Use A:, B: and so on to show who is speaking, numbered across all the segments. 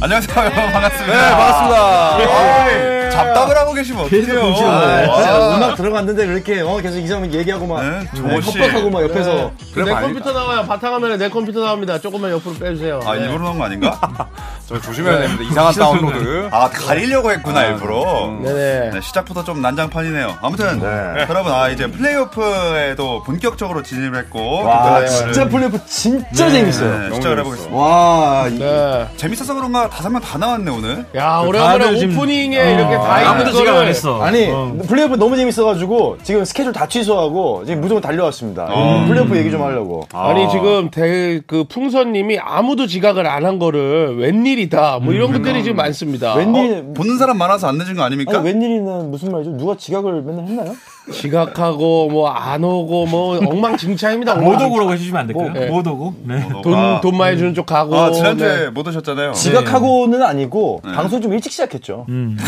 A: 안녕하세요. 반갑습니다.
B: 네, 반갑습니다. 아, 네.
A: 예. 잡담을 하고 계시면
C: 계속
A: 어떡해요.
C: 공시는 거예요.
A: 아,
B: 진짜 뭐. 음악 들어갔는데 그렇게 어, 계속 이상민 얘기하고 막
A: 네,
B: 네,
A: 조호 씨.
B: 협박하고 막 옆에서
A: 그래
D: 내
A: 많이-
D: 컴퓨터 나와요. 바탕화면에 내 컴퓨터 나옵니다. 조금만 옆으로 빼주세요.
A: 아,
D: 네.
A: 일부러 넣은 거 아닌가? 네.
B: 저 조심해야 됩니다. 이상한 다운로드. 음.
A: 아, 가리려고 했구나, 일부러.
D: 네네.
A: 네, 시작부터 좀 난장판이네요. 아무튼 여러분 아 이제 플레이오프에도 본격적으로 진입했고
B: 와,
A: 네,
B: 아, 진짜 플레이오프 진짜 재밌어요.
A: 네, 시작을 해보겠습니다.
B: 와, 이-
D: 네.
A: 재밌어서 그런가 다섯 명 다 나왔네 오늘.
D: 야, 오랜만에
C: 다들 지금-
D: 오프닝에 이렇게 다 있는
C: 아무도
D: 거를
C: 지각 안 했어.
B: 아니 플레이오프 너무 재밌어가지고 지금 스케줄 다 취소하고 지금 무조건 달려왔습니다.
A: 어.
B: 플레이오프 얘기 좀 하려고.
D: 아니 지금 대, 그 풍선님이 아무도 지각을 안 한 거를 웬일이다 뭐 이런 것들이 지금 많습니다.
B: 웬일?
A: 보는 사람 많아서 안 늦은 거 아닙니까?
B: 아니, 그러니까 웬일이는 무슨 말이죠? 누가 지각을 맨날
A: 네.
B: 했나요?
D: 어, 지각하고 뭐 안 오고 뭐 엉망진창입니다.
C: 모독으로 해주시면 안 될까요?
D: 네.
C: 모독고 네.
A: 어,
D: 돈,
A: 아,
D: 돈 많이 주는 쪽 가고.
A: 아, 지난주에
D: 네.
A: 못 오셨잖아요.
B: 어, 지각하고는 아니고
A: 네.
B: 방송 좀 일찍 시작했죠.
A: 음.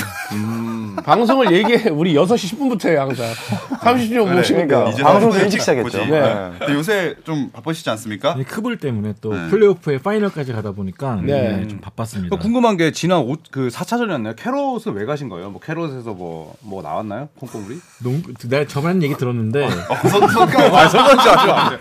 D: 방송을 얘기해. 우리 6시 10분부터 해요, 항상. 30분
A: 그래, 그러니까.
D: 오시니까.
A: 이제
B: 방송도
A: 사람들이
B: 일찍 시작했죠.
A: 보지.
B: 네.
A: 네. 근데 요새 좀 바쁘시지 않습니까?
C: 네, 크볼 때문에 또 플레이오프의 파이널까지 가다 보니까
D: 네.
C: 네, 좀 바빴습니다.
E: 그 궁금한 게 지난 오, 그 4차전이었나요? 캐롯은 왜 가신 거예요? 뭐 캐롯에서 뭐, 뭐 나왔나요? 콩콩물이? 어.
C: 농구- 내가 저만 얘기 들었는데
A: 어, 손가락 손가락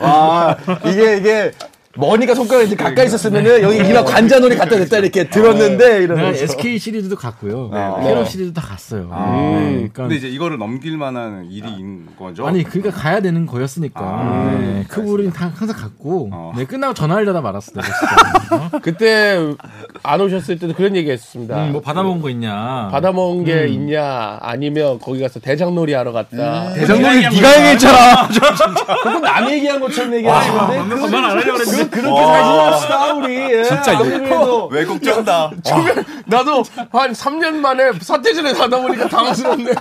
B: 와 아, 이게 이게 머니가 손가락이 이렇게 가까이 있었으면은 여기 이마 관자놀이 갖다 댔다 이렇게
A: 네.
B: 들었는데
C: 내가
E: 그렇죠.
B: 이러면서
C: SK 시리즈도 갔고요,
E: 아,
C: 네, 캐롤 시리즈도 다 갔어요. 네, 그러니까
E: 음. 근데 이제 이거를 넘길 만한 일인 거죠? 아,
C: 아니 그러니까 가야 되는 거였으니까 네, 크볼은 다- 항상 갔고
E: 어.
C: 네, 끝나고 전화하려다 말았어. 내가 진짜. 어?
D: 그때 안 오셨을 때도 그런 얘기 했습니다.
C: 음, 뭐 받아먹은 거 있냐?
D: 받아먹은 게 있냐, 아니면 거기 가서 대장놀이 하러 갔다.
C: 음.
B: 대장놀이 네가 얘기했잖아. 그건 남 얘기한 것처럼
A: 아,
B: 얘기하는데
C: 말안 하려고 그랬는데.
B: 그렇게 살지맙시다 우리. 예. 진짜 이거
A: 외국전다. 어,
D: 나도 한 3년 만에 사태전에 가다 보니까 당황스럽네.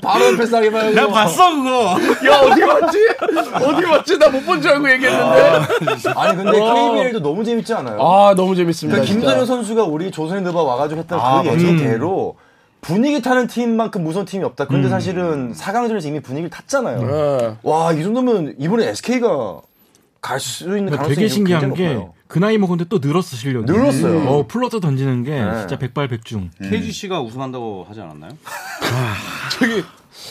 B: 바로 옆에 싸기만
C: 나
B: 해도
C: 봤어 그거.
D: 야, 어디 봤지? 어디 봤지? 나 못 본 줄 알고 얘기했는데.
B: 아니 근데 KBL도 너무 재밌지 않아요?
D: 아, 너무 재밌습니다.
B: 그러니까
D: 진짜.
B: 김도현 선수가 우리 조선인드바 와가지고 했던 그 얘기대로 분위기 타는 팀만큼 무서운 팀이 없다. 근데 사실은 4강전에서 이미 분위기를 탔잖아요.
D: 네.
B: 와, 이 정도면 이번에 SK가 갈 수 있는 가능성이
C: 되게 신기한
B: 굉장히
C: 게
B: 높아요.
C: 그 나이 먹었는데 또 늘었어 실력이.
B: 늘었어요. 네.
C: 어, 플러터 던지는 게 진짜 백발백중.
E: KGC가 우승한다고 하지 않았나요?
D: 저기,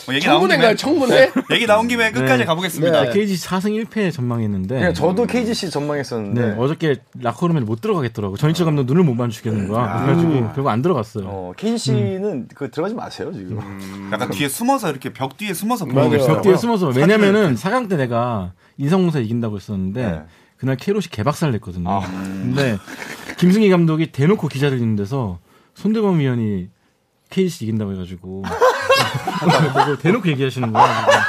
A: 뭐 얘기 나온 김에
D: 청문회인가요? 청문회?
A: 얘기 나온 김에 끝까지 가보겠습니다.
D: 네.
C: KG 4승 1패 전망했는데
B: 그냥 저도 KGC
C: 네,
B: 전망했었는데
C: 어저께 라커룸에 못 들어가겠더라고. 전희철 감독 눈을 못 마주치겠는 거야. 그래가지고 결국 안 들어갔어요.
B: 아. 어, KGC는 그 들어가지 마세요 지금.
A: 약간 뒤에 숨어서 이렇게 벽 뒤에 숨어서 보고 계시요
C: 벽 뒤에 숨어서 왜냐면은 4강 때 내가 인성공사 이긴다고 했었는데
B: 네.
C: 그날 캐롯이 개박살 냈거든요. 근데 김승희 감독이 대놓고 기자들 있는 데서 손대범 위원이 KC 이긴다고 해가지고 그걸 대놓고 얘기하시는 거야. 그래서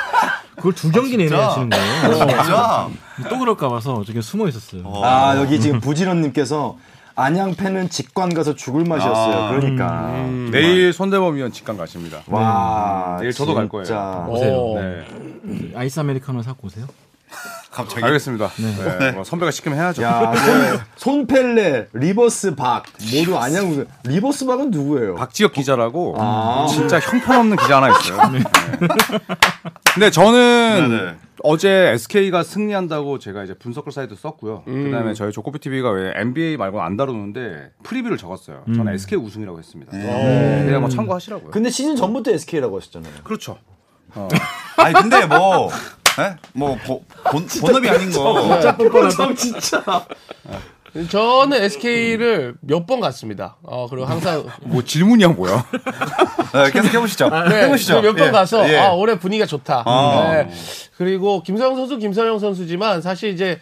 C: 그걸 두 경기 내내 하시는 거예요.
A: 아, 진짜.
C: 또 그럴까 봐서 어저께 숨어 있었어요.
B: 아 여기 지금 부지런님께서 안양 팬은 직관 가서 죽을 맛이었어요.
A: 아,
B: 그러니까
E: 내일 손대범 위원 직관 가십니다.
B: 네. 와,
E: 내일 저도 갈
B: 진짜.
E: 거예요.
D: 오.
E: 네.
C: 그 아이스 아메리카노 사고 오세요.
A: 갑자기.
E: 알겠습니다. 네. 뭐 선배가 시키면 해야죠.
B: 야, 아, 손- 손펠레, 리버스 박 모두 안양 우승. 리버스 박은 누구예요?
E: 박지혁 기자라고
B: 아.
E: 진짜 형편없는 기자 하나 있어요. 네. 근데 저는
A: 네네.
E: 어제 SK가 승리한다고 제가 이제 분석글 사이트 썼고요. 그다음에 저희 조코피 TV가 왜 NBA 말고 안 다루는데 프리뷰를 적었어요. 저는 SK 우승이라고 했습니다. 음. 네. 그냥 뭐 참고하시라고요.
B: 근데 시즌 전부터 SK라고 하셨잖아요.
E: 그렇죠.
A: 아니 근데 뭐, 예? 뭐 보- 본, 본업이 아닌 거.
B: 뻔뻔하다. 진짜.
D: 저는 SK를 몇 번 갔습니다. 어, 그리고 항상
E: 뭐 질문이야 뭐야?
A: 네, 계속 해보시죠. 해보시죠.
D: 몇 번
A: 예,
D: 가서
A: 예.
D: 아 올해 분위기가 좋다.
A: 아.
D: 네. 그리고 김성 선수, 김선영 선수지만 사실 이제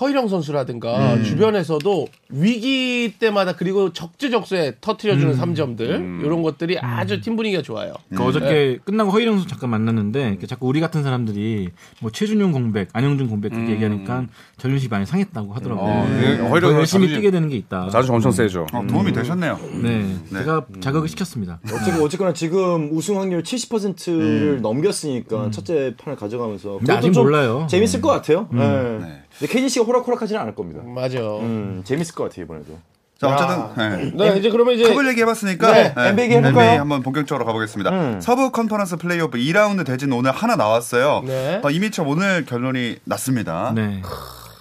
D: 허일영 선수라든가
A: 음.
D: 주변에서도 위기 때마다 그리고 적재적소에
A: 음.
D: 터트려주는 삼 3점들 이런 것들이 아주 팀 분위기가 좋아요.
C: 그 어저께 끝나고 허일영 선수 잠깐 만났는데 이렇게 자꾸 우리 같은 사람들이 뭐 최준용 공백, 안영준 공백 그렇게 얘기하니까 전륜식 많이 상했다고 하더라고요.
E: 어, 네.
C: 더
E: 허일영 선수
C: 열심히
E: 자존심-
C: 뛰게 되는 게 있다.
E: 자존심 엄청 세죠. 음.
A: 어, 도움이 되셨네요.
C: 네, 제가 자극을 시켰습니다.
B: 어쨌거나, 어쨌거나 지금 우승 확률 70%를 넘겼으니까 첫째 판을 가져가면서.
C: 근데 아직
B: 그것도 좀
C: 몰라요.
B: 재밌을 것 같아요. 네. 근데 KGC가 호락호락하지는 않을 겁니다.
D: 맞아. 요
B: 음, 재밌을 것 같아요, 이번에도.
A: 자 어쨌든. 예.
D: 네 이제 그러면 이제
A: 컵을 얘기해봤으니까
D: 네,
A: 예,
B: NBA 해볼까요?
A: 한번 본격적으로 가보겠습니다. 서부 컨퍼런스 플레이오프 2라운드 대진 오늘 하나 나왔어요.
D: 네.
A: 어, 이미첩 어. 오늘 결론이 났습니다.
C: 네.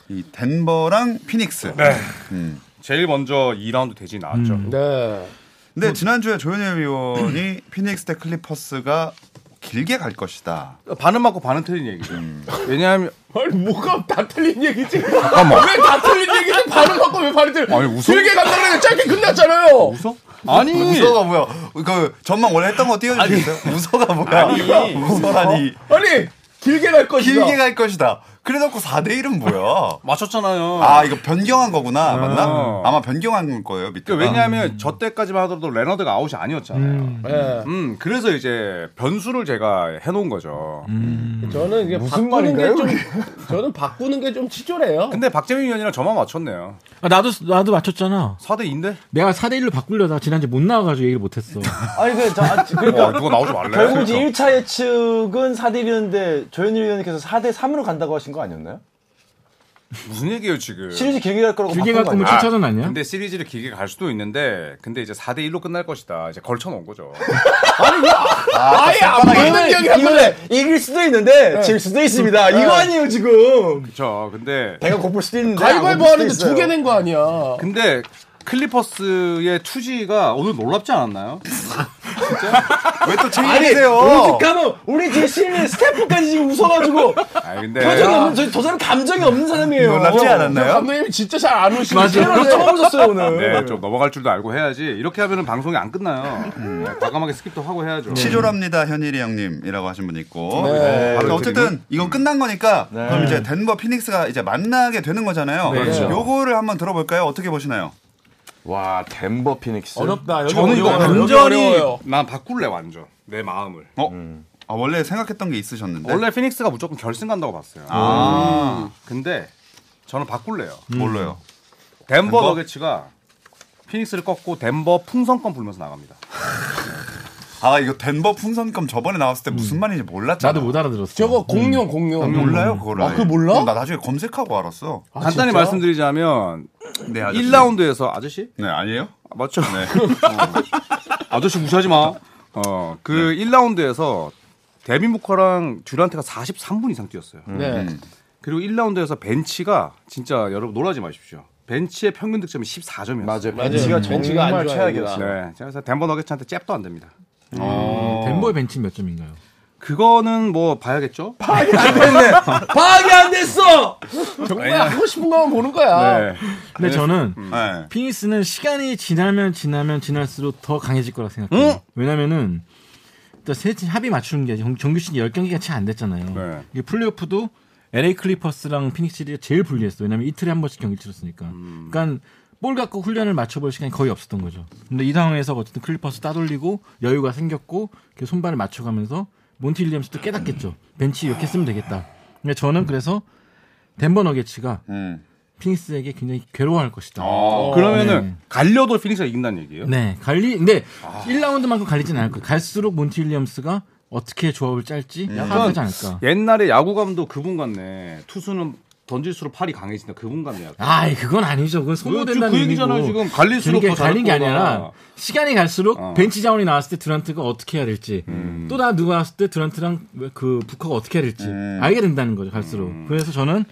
A: 이 덴버랑 피닉스. 음.
E: 제일 먼저 2라운드 대진이 나왔죠.
D: 네.
A: 근데 지난주에 조현일 의원이 피닉스 대 클리퍼스가 길게 갈 것이다.
E: 반은 맞고 반은 틀린 얘기죠.
B: 음.
E: 왜냐하면
D: 아니 뭐가 다 틀린 얘기지? 잠깐만. 왜 다 틀린 얘기를 바로 바꿔 왜 바로 틀린?
E: 아니, 웃어?
D: 길게 간다 그래 짧게 끝났잖아요.
E: 웃어? 아니
A: 우서가 뭐야? 그 전망 원래 했던 거 띄워주겠어요? 우서가 뭐야? 우서라니
D: 아니 길게 갈 것이다.
A: 길게 갈 것이다. 그래놓고 4대 1은 뭐야?
E: 맞췄잖아요.
A: 아 이거 변경한 거구나 맞나? 아마 변경한 거예요 밑에.
E: 그
B: 아,
E: 왜냐하면
B: 음.
E: 저 때까지만 하더라도 레너드가 아웃이 아니었잖아요. 음.
D: 예.
E: 그래서 이제 변수를 제가 해놓은 거죠.
B: 음.
D: 저는 이게
B: 무슨
D: 바꾸는
B: 말인가요,
D: 게 좀 저는 바꾸는 게 좀 치졸해요.
E: 근데 박재민 위원이랑 저만 맞췄네요.
C: 아, 나도 나도 맞췄잖아.
E: 4대 2인데?
C: 내가 4대 1로 바꾸려다 지난주 못 나와가지고 얘기를 못했어.
B: 아니 그 자, 아, 그러니까
E: 어, 누가 나오지 말래.
B: 결국 이제 1차 예측은 4대 1이었는데 조현일 의원님께서 4대 3으로 간다고 하신 거 아니었나요?
E: 무슨 얘기예요 지금?
B: 시리즈 길게 갈 거라고
C: 그 길게
B: 바꾼 거
C: 갖고 면
B: 아니에요?
C: 7차전 아니야?
E: 근데 시리즈를 길게 갈 수도 있는데, 근데 이제 4대 1로 끝날 것이다. 이제 걸쳐놓은 거죠.
D: 아, 예안 보이는
B: 이거는-
D: 얘기라고
B: 이거는 이길 수도 있는데 질 수도 있습니다. 이거 아니에요 지금.
E: 그렇죠. 근데
B: 배가 고플 수도 있는데
D: 가위바위보
B: 안 고플
D: 뭐 하는데
B: 수도
D: 두 개
B: 있어요.
D: 낸 거 아니야.
E: 근데 클리퍼스의 투지가 오늘 놀랍지 않았나요?
A: 왜 또
B: 아니
A: 챙기세요?
B: 오죽하면 우리 뒤에 실리 스태프까지 지금 웃어가지고
E: 아 근데
B: 표정이 없는 저, 저 사람 감정이 없는 사람이에요.
A: 놀랍지
B: 네,
A: 않았나요?
D: 감독님이 진짜 잘 안 오시는
B: 저
D: 그렇죠.
B: 처음 웃었어요 오늘.
E: 네, 좀 넘어갈 줄도 알고 해야지. 이렇게 하면은 방송이 안 끝나요. 네, 과감하게 스킵도 하고 해야죠.
A: 음. 치졸합니다 현일이 형님이라고 하신 분 있고
D: 네.
A: 그래서 어쨌든 이건 끝난 거니까
B: 네.
A: 그럼 이제 덴버 피닉스가 이제 만나게 되는 거잖아요.
E: 그렇죠.
A: 요거를 한번 들어볼까요? 어떻게 보시나요?
B: 와 덴버 피닉스.
D: 어렵다. 여기
E: 저는 이거
D: 어려워요. 여기
E: 완전히
D: 어려워요.
E: 음. 난 바꿀래 완전 내 마음을.
A: 어? 아, 원래 생각했던 게 있으셨는데
E: 원래 피닉스가 무조건 결승 간다고 봤어요.
A: 네.
E: 음.
A: 아
E: 근데 저는 바꿀래요.
A: 몰라요.
E: 덴버 너게츠가 피닉스를 꺾고 덴버 풍선권 불면서 나갑니다.
A: 아 이거 덴버 풍선껌 저번에 나왔을 때 무슨 말인지 몰랐잖아. 음,
C: 나도 못 알아들었어.
D: 저거 공룡 공룡.
A: 몰라요 그걸.
D: 아,
A: 아예.
D: 그거 몰라?
A: 그럼 나 나중에 검색하고 알았어.
E: 간단히
D: 아, 진짜?
E: 말씀드리자면
A: 네
E: 1라운드에서 아저씨?
A: 네 아니에요?
E: 아, 맞죠?
A: 네.
E: 아저씨 무시하지 마. 어, 그 1라운드에서 데빈 부커랑 듀란트가 43분 이상 뛰었어요.
D: 네.
E: 그리고 1라운드에서 벤치가 진짜 여러분 놀라지 마십시오. 벤치의 평균 득점이 14점이었어요.
B: 맞아요. 음.
D: 맞아요.
B: 벤치가
D: 벤치가 안
B: 정말
D: 좋아요,
B: 최악이었어.
D: 우리가.
E: 네. 그래서 덴버 너게츠한테 잽도 안 됩니다.
C: 덴버의 벤치 몇 점인가요?
E: 그거는 뭐 봐야겠죠?
B: 파악이 안 됐어.
D: 정말 하고 싶은 거만 보는 거야.
E: 네.
C: 근데 저는
A: 네.
C: 피닉스는 시간이 지나면 지나면 지날수록 더 강해질 거라 생각해요. 왜냐면은 일단 세팀 합의 맞추는 게 정- 정규 시즌 10경기가 채 안 됐잖아요.
E: 네.
C: 이게 플레이오프도 LA 클리퍼스랑 피닉스가 제일 불리했어요. 왜냐면 이틀에 한 번씩 경기 치렀으니까. 그러니까 볼 갖고 훈련을 맞춰볼 시간이 거의 없었던 거죠. 근데 이 상황에서 어쨌든 클리퍼스 따돌리고 여유가 생겼고 이렇게 손발을 맞춰가면서 몬티 윌리엄스도 깨닫겠죠. 벤치 이렇게 쓰면 되겠다. 근데 저는 그래서 덴버 너게츠가
A: 음.
C: 피닉스에게 굉장히 괴로워할 것이다.
E: 아. 그러면은
C: 네.
E: 갈려도 피닉스가 이긴다는 얘기예요?
C: 네, 갈리 근데 1라운드만큼 갈리진 않을 거예요. 갈수록 몬티 윌리엄스가 어떻게 조합을 짤지 파악하지 않을까.
E: 옛날에 야구 감독 그분 같네. 투수는 던질수록 팔이 강해진다. 그분 같네요.
C: 아이 그건 아니죠. 그건 소모된다는
E: 그
C: 의미고.
E: 얘기잖아요, 지금. 갈릴수록
C: 그러니까
E: 더
C: 갈린 게
E: 잘할 거다.
C: 아니라 시간이 갈수록
E: 어.
C: 벤치 자원이 나왔을 때 드란트가 어떻게 해야 될지 또 나 누가 왔을 때 드란트랑 그 부커가 어떻게 해야 될지 알게 된다는 거죠. 갈수록. 그래서 저는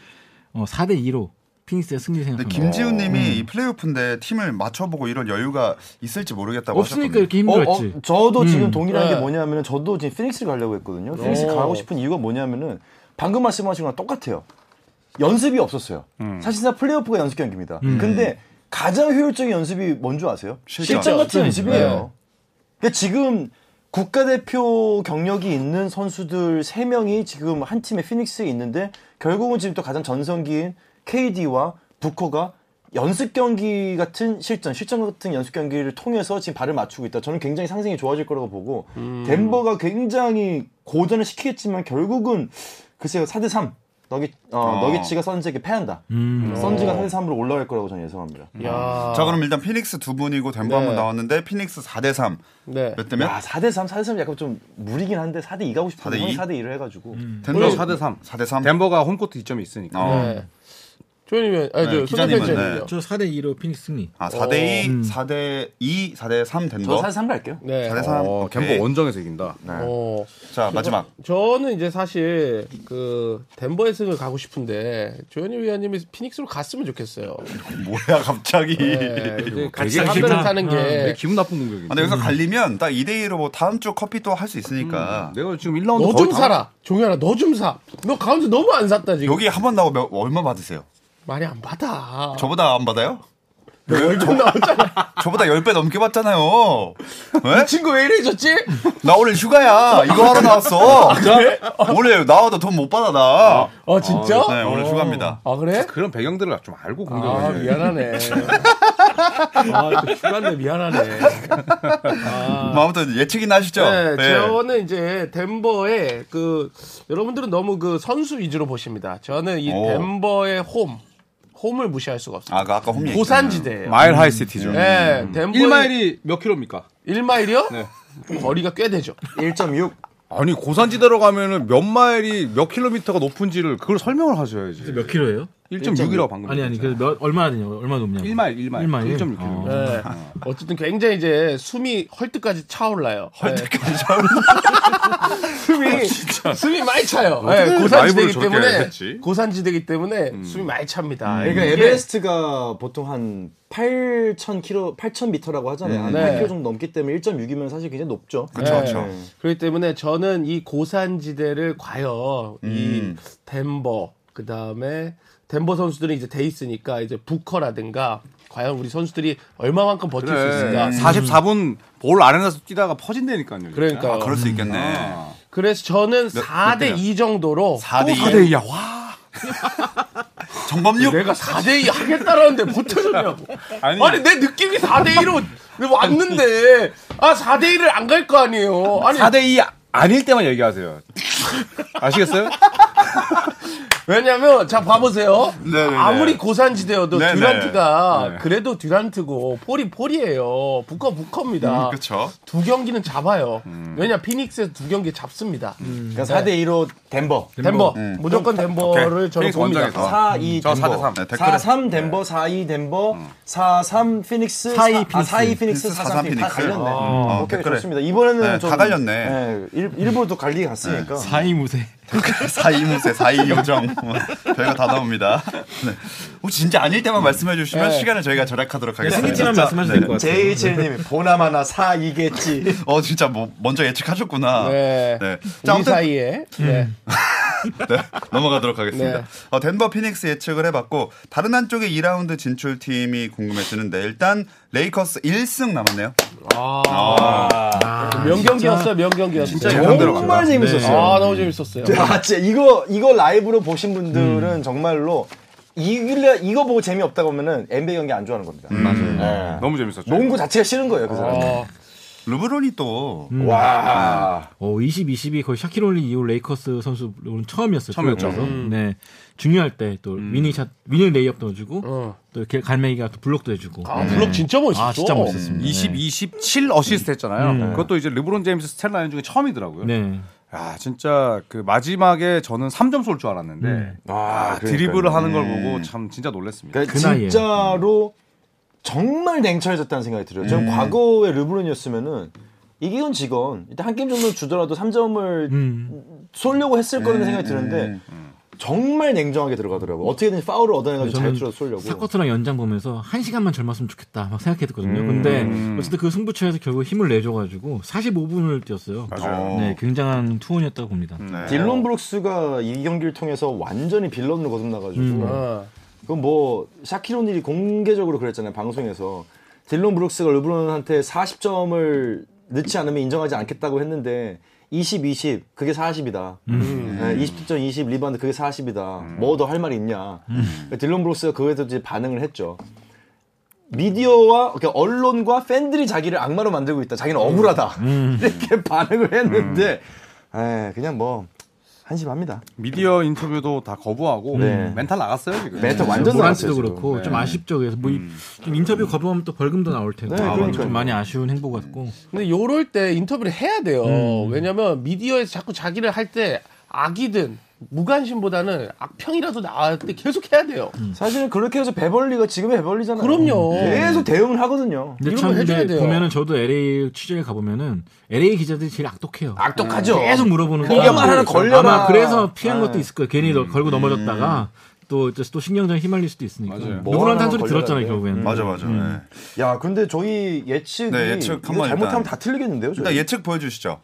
C: 어, 4대 2로 피닉스의 승리
A: 근데
C: 생각합니다.
A: 김지훈님이 이 플레이오프인데 팀을 맞춰보고 이런 여유가 있을지 모르겠다고
C: 어, 없으니까
A: 하셨거든요.
C: 이렇게 힘들었지.
B: 어,
C: 음.
B: 저도 지금 동일한
D: 네.
B: 게 뭐냐면은 저도 지금 피닉스 가려고 했거든요. 피닉스
A: 어.
B: 가고 싶은 이유가 뭐냐면은 방금 말씀하신 거랑 똑같아요. 연습이 없었어요.
A: 음.
B: 사실상 플레이오프가 연습 경기입니다.
C: 음.
B: 근데 가장 효율적인 연습이 뭔 줄 아세요?
A: 실전.
B: 실전, 같은
C: 실전이죠. 네.
B: 연습이에요. 그러니까 지금 국가대표 경력이 있는 선수들 3명이 지금 한 팀의 피닉스에 있는데 결국은 지금 또 가장 전성기인 KD와 부커가 연습 경기 같은 실전, 실전 같은 연습 경기를 통해서 지금 발을 맞추고 있다. 저는 굉장히 상승이 좋아질 거라고 보고 덴버가 굉장히 고전을 시키겠지만 결국은 글쎄요 4대 3 너기 어,
A: 어.
B: 너기치가 선즈에게 패한다. 선즈가 4대 3으로 올라갈 거라고 저는 예상합니다.
D: 야.
A: 자 그럼 일단 피닉스 두 분이고 덴버
D: 어.
A: 한
D: 네.
A: 분 나왔는데 피닉스 4대 3.
D: 네.
A: 몇 대 몇?
B: 야, 아, 4대 3, 4대 3 약간 좀 무리긴 한데 4대 2 가고 싶은데
A: 4대 2? 음.
B: 4대 1을 해가지고.
A: 덴버
E: 물론 4대 3.
A: 4대 3.
D: 아,
E: 덴버가 홈코트 이점이 있으니까.
A: 어.
D: 네. 조현이면 아니
A: 네,
D: 저
A: 기자님은,
D: 손대표 기자님요.
C: 저 4대 2로 피닉스 승리.
A: 아,
D: 음.
A: 4대2, 4대2, 4대3 된
B: 저
A: 거.
B: 사실 상대 할게요.
D: 네.
A: 4대3.
E: 어, 덴버 원정에서 이긴다.
D: 어.
A: 자, 마지막.
D: 저는 이제 사실 그 덴버의 승을 가고 싶은데 조현희 위원님이 피닉스로 갔으면 좋겠어요.
A: 뭐야, 갑자기.
D: 네,
A: 예.
D: 이제 같이
E: 되게
D: 한 배를
E: 싫다.
D: 타는
E: 되게
D: 게
E: 아, 네, 기분 나쁜 공격인데.
A: 아, 근데 여기서 갈리면 딱 2대2로 뭐 다음 주 커피 또 할 수 있으니까.
D: 음.
E: 내가 지금 1라운드
D: 너 좀
E: 거의 다-
D: 사라. 종현아 너 좀 사. 너 가운데 너무 안 샀다 지금.
A: 여기 한 번 나오고 몇- 얼마 받으세요?
D: 많이 안 받아.
A: 저보다 안 받아요?
D: 월급 네, 나왔잖아.
A: 저보다 10배 넘게 받잖아요. 왜?
D: 친구 왜 이래졌지?
A: 나 오늘 휴가야. 이거 하러
D: 아,
A: 나왔어. 원래 나와도 돈 못 받아, 나.
D: 어 진짜?
A: 네, 오늘 휴가입니다.
D: 아 그래?
E: 그런 배경들을 좀 알고 공격을
D: 아
E: 해야지.
D: 미안하네. 아 휴가인데 미안하네.
A: 뭐 아무튼 예측이나 하시죠.
D: 네,
A: 네.
D: 저는 이제 덴버의 그 여러분들은 너무 그 선수 위주로 보십니다. 저는 이
A: 오.
D: 덴버의 홈 홈을 무시할 수가 없어요.
A: 아, 음. 그 아까 홈얘기
D: 고산지대예요.
E: 마일 하이 시티죠.
D: 네, 덴버
E: 음. 1마일이 몇 킬로입니까?
D: 1마일이요?
E: 네.
D: 거리가 꽤 되죠.
B: 1.6.
E: 아니 고산지대로 가면은 몇 마일이 몇 킬로미터가 높은지를 그걸 설명을 하셔야지.
C: 몇 킬로예요?
E: 1.6이라고 방금.
C: 아니 아니 그 몇, 얼마나 되냐고 얼마 높냐고.
E: 1마일 1마일.
C: 1마일?
E: 1.6 킬로.
C: 어.
D: 네. 어쨌든 굉장히 이제 숨이 헐뜯까지 차올라요. 헐뜯까지 아, 차올라. 숨이 숨이 많이 차요. 네,
E: 어떻게 라이브를
D: 고산지대이기
E: 저렇게
D: 때문에
E: 했지? 음.
D: 고산지대이기 때문에 숨이 많이 찹니다.
B: 그러니까
D: 이게
B: 에베레스트가 보통 한 8,000km, 8,000m라고 하잖아요. 한
D: 네.
B: 8km 정도 넘기 때문에 1.6이면 사실 굉장히 높죠. 그러니까
A: 그쵸,
D: 네.
A: 그쵸.
D: 그렇기 때문에 저는 이 고산지대를 과연 이
A: 음.
D: 덴버 그 다음에 덴버 선수들은 이제 돼 있으니까 이제 부커라든가 과연 우리 선수들이 얼마만큼 버틸 수 있을까.
E: 음. 44분 네. 볼 아레나에서 뛰다가 퍼진다니까요. 음.
D: 그러니까
A: 아, 그럴 수 있겠네.
D: 그래서 저는
A: 대요?
D: 4대 2 정도로
A: 4대 2.
E: 4대 2야. 아, 와.
A: 아, 네, 예. 정범육?
D: 내가 4대 2 하겠다라는데 못 쳐줬냐고. 아니,
E: 아니. 네.
D: 내 느낌이 4대 2로 왔는데 아 4대 2를 안 갈 거 아니에요. 아니
E: 4대 2 아닐 때만 얘기하세요. 아시겠어요?
D: 왜냐면 자 봐보세요.
A: 네네네.
D: 아무리 고산지대여도
A: 네네.
D: 듀란트가
E: 네.
D: 그래도 듀란트고 폴이 폴이에요. 부커 부커입니다.
A: 음, 그쵸.
D: 두 경기는 잡아요. 왜냐 피닉스에서 두 경기 잡습니다.
A: 네.
B: 그러니까 4대2로 덴버.
D: 덴버 무조건 덴버를 저는
E: 피닉스
D: 봅니다.
A: 어.
E: 원정에서.
B: 4-2
E: 저
B: 덴버.
E: 4대3.
A: 네, 댓글에- 음.
B: 4-3 덴버, 4-2 덴버, 4-3 피닉스,
C: 4-2
B: 아, 4-2 피닉스,
A: 피닉스,
B: 4-3 피닉스. 다
A: 피닉스.
B: 갈렸네.
A: 어,
B: 오케이,
A: 댓글에.
B: 좋습니다. 이번에는
A: 네,
B: 좀,
A: 다 갈렸네.
B: 네, 일, 일부도 갈리게 갔으니까.
C: 4위 무세.
A: 4이 무쇠, 4이 요정. 뭐, 별거 다 나옵니다. 네. 혹시 진짜 아닐 때만 말씀해 주시면
D: 네.
A: 시간을 저희가 절약하도록 하겠습니다. 진짜.
C: 승리팀만 그 말씀하셔도 될 것 같아요.
B: JHL님, 보나마나 4-2겠지.
A: 어, 진짜 뭐, 먼저 예측하셨구나.
D: 네.
A: 자,
D: 우리
A: 아무튼
D: 사이에 네.
A: 네, 넘어가도록 하겠습니다.
D: 네.
A: 어, 덴버 피닉스 예측을 해봤고 다른 한쪽의 2라운드 진출 팀이 궁금해지는데 일단 레이커스 1승 남았네요.
D: 명경기였어 명경기였어.
B: 정말 재밌었어요.
D: 아 너무 재밌었어요.
C: 네.
B: 아, 진짜 이거 이거 라이브로 보신 분들은
C: 음.
B: 정말로 이길래 이거 보고 재미없다고 하면은 NBA 경기 안 좋아하는 겁니다.
C: 음.
E: 음. 네. 너무 재밌었죠.
B: 농구 자체가 싫은 거예요, 그 사람.
C: 아.
D: 어,
A: 르브론이 또
D: 음.
C: 어, 20, 20이 거의 샤키롤리 이후 레이커스 선수로는 처음이었어요.
E: 처음이었죠.
C: 프로에서. 네. 중요할 때 또 위닝 샷, 위닝 레이업도 넣어주고
D: 어.
C: 또 이렇게 갈매기가 또 블록도 해주고.
D: 아 블록 진짜 멋있어.
C: 아, 진짜 멋있었습니다.
E: 20, 27 어시스트 했잖아요. 그것도 이제 르브론 제임스 스텔 라인 중에 처음이더라고요.
C: 네.
E: 야, 진짜 그 마지막에 저는 3점 쏠 줄 알았는데
B: 음.
E: 아, 드리블을 하는 걸 보고 참 진짜 놀랐습니다.
B: 그러니까
C: 음. 그 나이에.
B: 진짜로 정말 냉철해졌다는 생각이 들어요. 저는
C: 음.
B: 과거의 르브론이었으면은 이기건 지건 일단 한 게임 정도 주더라도 3점을
C: 음.
B: 쏠려고 했을 거라는 생각이 드는데 정말 냉정하게 들어가더라고요. 어떻게든 파울을 얻어내가지고
C: 저는
B: 자유투로 쏠려고.
C: 사커트랑 연장 보면서 한 시간만 젊었으면 좋겠다 막 생각했거든요. 근데 어쨌든 그 승부처에서 결국 힘을 내줘가지고 45분을 뛰었어요.
A: 맞아요.
C: 네, 굉장한 투혼이었다고 봅니다.
B: 딜론 브룩스가 이 경기를 통해서 완전히 빌런으로 거듭나가지고
D: 어.
B: 그건 뭐 샤키로닐이 공개적으로 그랬잖아요 방송에서 딜론 브룩스가 르브론한테 40점을 넣지 않으면 인정하지 않겠다고 했는데 20, 20 그게 40이다. 20점, 20 리바운드 그게 40이다. 뭐 더 할 말이 있냐? 그러니까 딜론 브룩스가 그거에 대해서 이제 반응을 했죠. 미디어와 그러니까 언론과 팬들이 자기를 악마로 만들고 있다. 자기는 억울하다 이렇게 반응을 했는데 에, 그냥 뭐 한심합니다.
E: 미디어 인터뷰도 다 거부하고
B: 네.
E: 멘탈 나갔어요, 지금.
B: 멘탈
E: 네.
B: 완전
C: 모란트도
B: 나갔어요,
C: 그렇고
E: 지금.
C: 좀 아쉽죠. 그래서 뭐좀 인터뷰 거부하면 또 벌금도 나올 테고
B: 네, 그러니까요.
C: 좀 많이 아쉬운 행보 같고
D: 근데
C: 음.
D: 요럴 때 인터뷰를 해야 돼요. 왜냐면 미디어에서 자꾸 자기를 할 때 악이든 무관심보다는 악평이라도 나올 때 계속 해야 돼요.
C: 음.
B: 사실은 그렇게 해서 배벌리가 지금의 배벌리잖아요.
D: 그럼요.
B: 계속 대응을 하거든요.
C: 근데
D: 이런
C: 참
D: 거 해줘야
C: 근데
D: 돼요.
C: 보면은 저도 LA 취재를 가보면은 LA 기자들이 제일 악독해요.
B: 악독하죠.
C: 계속 물어보는
B: 이게 말 아, 하나 걸려라. 네. 음.
C: 아마 그래서 피한 것도 있을 거예요. 괜히 너- 걸고 넘어졌다가 또, 이제 또 신경전 휘말릴 수도 있으니까.
E: 맞아요.
C: 누구랑
B: 뭐 하나
C: 한 소리
B: 걸려라
C: 들었잖아요,
B: 그래.
C: 결국에는.
A: 맞아 맞아. 네.
B: 야, 근데 저희 예측이
A: 네, 예측
B: 이거
A: 한번
B: 잘못하면
A: 일단.
B: 다 틀리겠는데요. 저희?
A: 일단 예측 보여주시죠.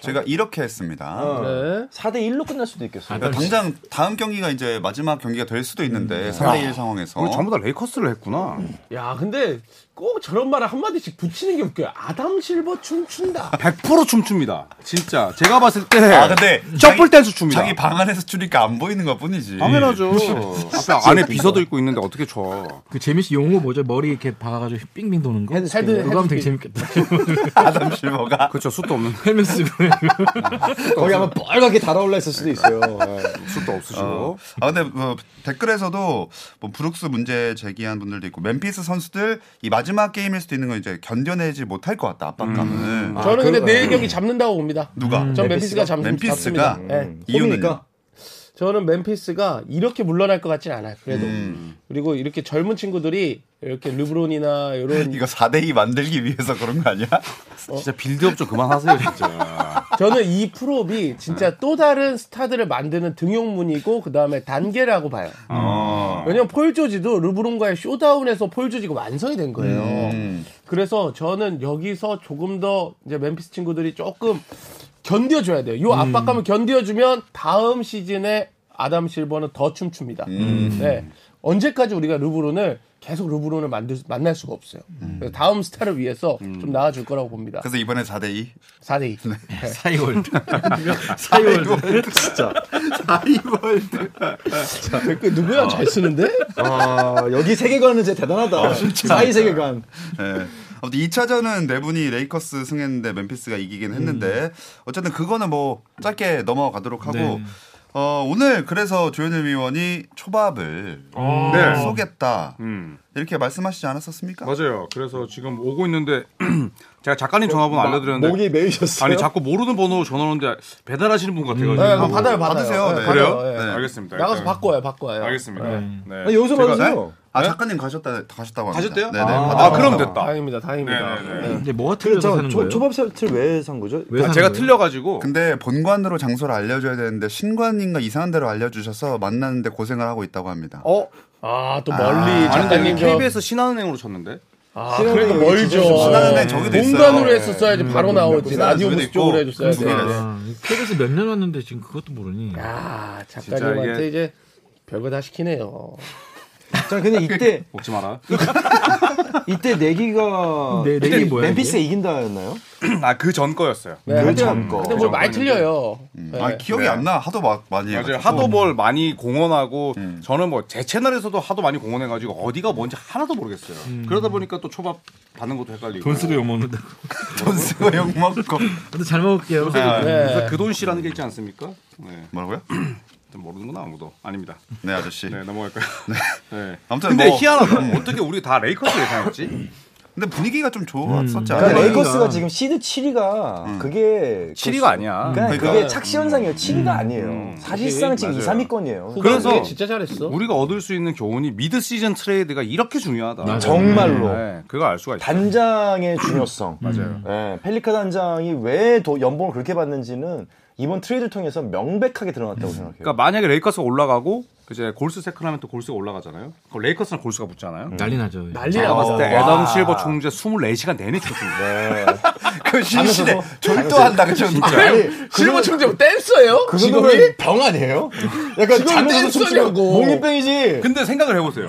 A: 제가 이렇게 했습니다.
D: 네.
B: 4대 1로 끝날 수도 있겠어요.
C: 아,
A: 그러니까 당장 다음 경기가 이제 마지막 경기가 될 수도 있는데 3대1 상황에서
E: 우리 전부 다 레이커스를 했구나.
D: 음. 야, 근데 꼭 저런 말을 한마디씩 붙이는 게 웃겨요. 아담 실버 춤춘다.
E: 100% 춤춥니다. 진짜. 제가 봤을 때.
A: 아 근데
E: 셔플
A: 자기-
E: 댄스 춥니다. 아,
A: 자기 방 안에서 추니까 안 보이는 것 뿐이지.
E: 당연하죠. 앞에 안에 비서도 있고 있는데 어떻게 춰.
C: 그 재미씨 용어 뭐죠? 머리 이렇게 박아가지고 빙빙 도는 거?
B: 헤드 스핀.
C: 그거 하면 되게 재밌겠다.
A: 아담 실버가
E: 그렇죠. 숱도 없는,
C: 헬멧 쓰고.
B: 거기 아마 빨갛게 달아올라 있을 수도 있어요.
E: 숱도 없으시고.
A: 어. 아 근데 뭐 댓글에서도 뭐 브룩스 문제 제기한 분들도 있고 멤피스 선수들 이 마지막 게임일 수도 있는 건 이제 견뎌내지 못할 것 같다 압박감을
C: 아,
D: 저는
C: 그,
D: 근데 내일 경기 잡는다고 봅니다.
C: 음.
A: 누가
D: 전 멤피스가 잡,
A: 멤피스가?
D: 잡습니다. 아, 네.
A: 이유는요?
D: 저는 멤피스가 이렇게 물러날 것 같진 않아요. 그래도 그리고 이렇게 젊은 친구들이 이렇게 르브론이나 이런
A: 이거 4대2 만들기 위해서 그런 거 아니야?
E: 진짜 빌드업 좀 그만하세요, 진짜.
D: 저는 이 프로비
E: 네.
D: 진짜 또 다른 스타들을 만드는 등용문이고 그 다음에 단계라고 봐요.
E: 어.
A: 어.
D: 왜냐면 폴 조지도 르브론과의 쇼다운에서 폴 조지가 완성이 된 거예요.
E: 음.
D: 그래서 저는 여기서 조금 더 이제 멤피스 친구들이 조금 견뎌줘야 돼요.
E: 음.
D: 요 압박감을 견뎌주면 다음 시즌에 아담 실버는 더 춤춥니다.
E: 음.
D: 네. 언제까지 우리가 르브론을 계속 르브론을 만들 수- 만날 수가 없어요. 그래서 다음 스타를 위해서 좀 나아줄 거라고 봅니다.
A: 그래서 이번에 4대2
D: 4대2.
E: 네.
C: 사이월드. 사이월드.
B: 진짜.
A: 사이월드
D: 댓글 누구야? 잘 쓰는데?
B: 아, 여기 세계관은 진짜 대단하다.
A: 아,
B: 사이 세계관.
A: 네. 아무튼 2차전은 네 분이 레이커스 승했는데 멤피스가 이기긴 했는데 어쨌든 그거는 뭐 짧게 넘어가도록 하고
C: 네.
A: 어, 오늘 그래서 조현일 위원이 초밥을 쏘겠다
E: 네. 음.
A: 이렇게 말씀하시지 않았었습니까?
E: 맞아요. 그래서 지금 오고 있는데 제가 작가님 전화번호 알려드렸는데
B: 목이 메이셨어요.
E: 아니 자꾸 모르는 번호로 전화 오는데 배달하시는 분 같아가지고
D: 네,
E: 하고.
D: 그거 받아요, 받아요.
A: 어, 받으세요.
D: 네,
A: 네.
D: 받아요.
E: 그래요?
D: 예.
E: 뭐 네. 알겠습니다.
D: 나가서
E: 일단.
D: 바꿔요, 바꿔요.
E: 알겠습니다. 네.
B: 아니, 여기서
A: 제가-
B: 받으세요.
A: 아 작가님 가셨다 가셨다고 합니다.
E: 가셨대요?
A: 네네.
E: 아,
A: 받아요.
E: 그럼 됐다.
D: 다행입니다, 다행입니다.
E: 네, 네,
D: 네.
C: 근데 뭐가
B: 그,
C: 틀려서
B: 저,
C: 사는 거예요?
B: 초, 밥 세트를 왜 산 거죠?
C: 왜 사는
E: 제가
C: 거예요?
E: 틀려가지고
A: 근데 본관으로 장소를 알려줘야 되는데 신관인가 이상한 데로 알려주셔서 만나는데 고생을 하고 있다고 합니다.
E: 어?
D: 아, 또 멀리
E: 아닌데
D: 작가님
E: 여기
D: 저.
E: 네, KBS 신한은행으로 쳤는데
D: 아,
B: 신한은행
D: 그래도
B: 여기
D: 멀죠. 아.
B: 지금
A: 신한은행 저기도 있어요.
D: 네. 공간으로 했었어야지 바로 나오지.
A: 공간으로
D: 라디오
A: 있고,
D: 무스 쪽으로 해줬어야
A: 두 개가
D: 돼.
A: 있어요.
C: 아, KBS 몇 년 왔는데 지금 그것도 모르니.
D: 아,
E: 진짜 이게-
D: 작가님한테 이제 별거 다 시키네요.
B: 저는 근데 이때,
E: 먹지 마라.
B: 이때 내기가.
C: 내- 내기 뭐야,
B: 멤피스
C: 이게?
B: 이긴다였나요?
E: 아 그 전 거였어요.
D: 네.
B: 그
D: 근데
B: 전 거.
D: 뭘 많이 틀려요. 네.
A: 아 기억이 안 나. 하도 마, 많이
E: 맞아요.
A: 해가지고.
E: 하도 뭘 많이 공헌하고 저는 뭐 제 채널에서도 하도 많이 공헌해가지고 어디가 뭔지 하나도 모르겠어요. 그러다 보니까 또 초밥 받는 것도 헷갈리고.
C: 돈 쓰고 욕먹는다고.
A: 돈 쓰고 욕 먹고
C: 근데 잘 먹을게요.
E: 아,
D: 네.
E: 그래서 그돈 씨라는 게 있지 않습니까? 네.
A: 뭐라고요?
E: 좀 모르는구나 아무도. 아닙니다.
A: 네 아저씨.
E: 네 넘어갈까요? 네.
A: 아무튼
E: 근데
A: 뭐-
E: 희한하다. 어떻게 우리 다 레이커스 예상했지?
A: 근데 분위기가 좀 좋았었지
B: 그러니까
A: 않아요?
B: 레이커스가 지금 시드 7위가 그게
E: 7위가 아니야.
B: 음. 그러니까
A: 그러니까.
B: 그게 착시 현상이에요. 7위가 아니에요. 사실상 지금 2, 3위권이에요. 그러니까
D: 후반기에
E: 그래서
D: 진짜 잘했어.
E: 우리가 얻을 수 있는 교훈이 미드 시즌 트레이드가 이렇게 중요하다.
B: 정말로
E: 네, 그거 알 수가 있어.
B: 단장의 중요성.
E: 맞아요.
B: 예, 펠리카 단장이 왜 도- 연봉을 그렇게 받는지는 이번 트레이드를 통해서 명백하게 드러났다고 생각해요.
E: 그러니까 만약에 레이커스가 올라가고 이제 골스 세컨하면 또 골스가 올라가잖아요. 그럼 레이커스랑 골스가
B: 음.
E: 붙잖아요.
C: 난리 나죠.
D: 난리
E: 제가 봤을 때
B: 와.
E: 애덤 실버 총재 24시간 내내 쳤습니다.
A: 그 신시대
B: 하면서도-
A: 졸도한다 그 정도.
D: 실버 총재 뭐 병
B: 그
D: 직업이?
B: 정도면 병 아니에요? 약간 자면서
D: 댄서냐고.
B: 몽이병이지.
E: 근데 생각을 해보세요.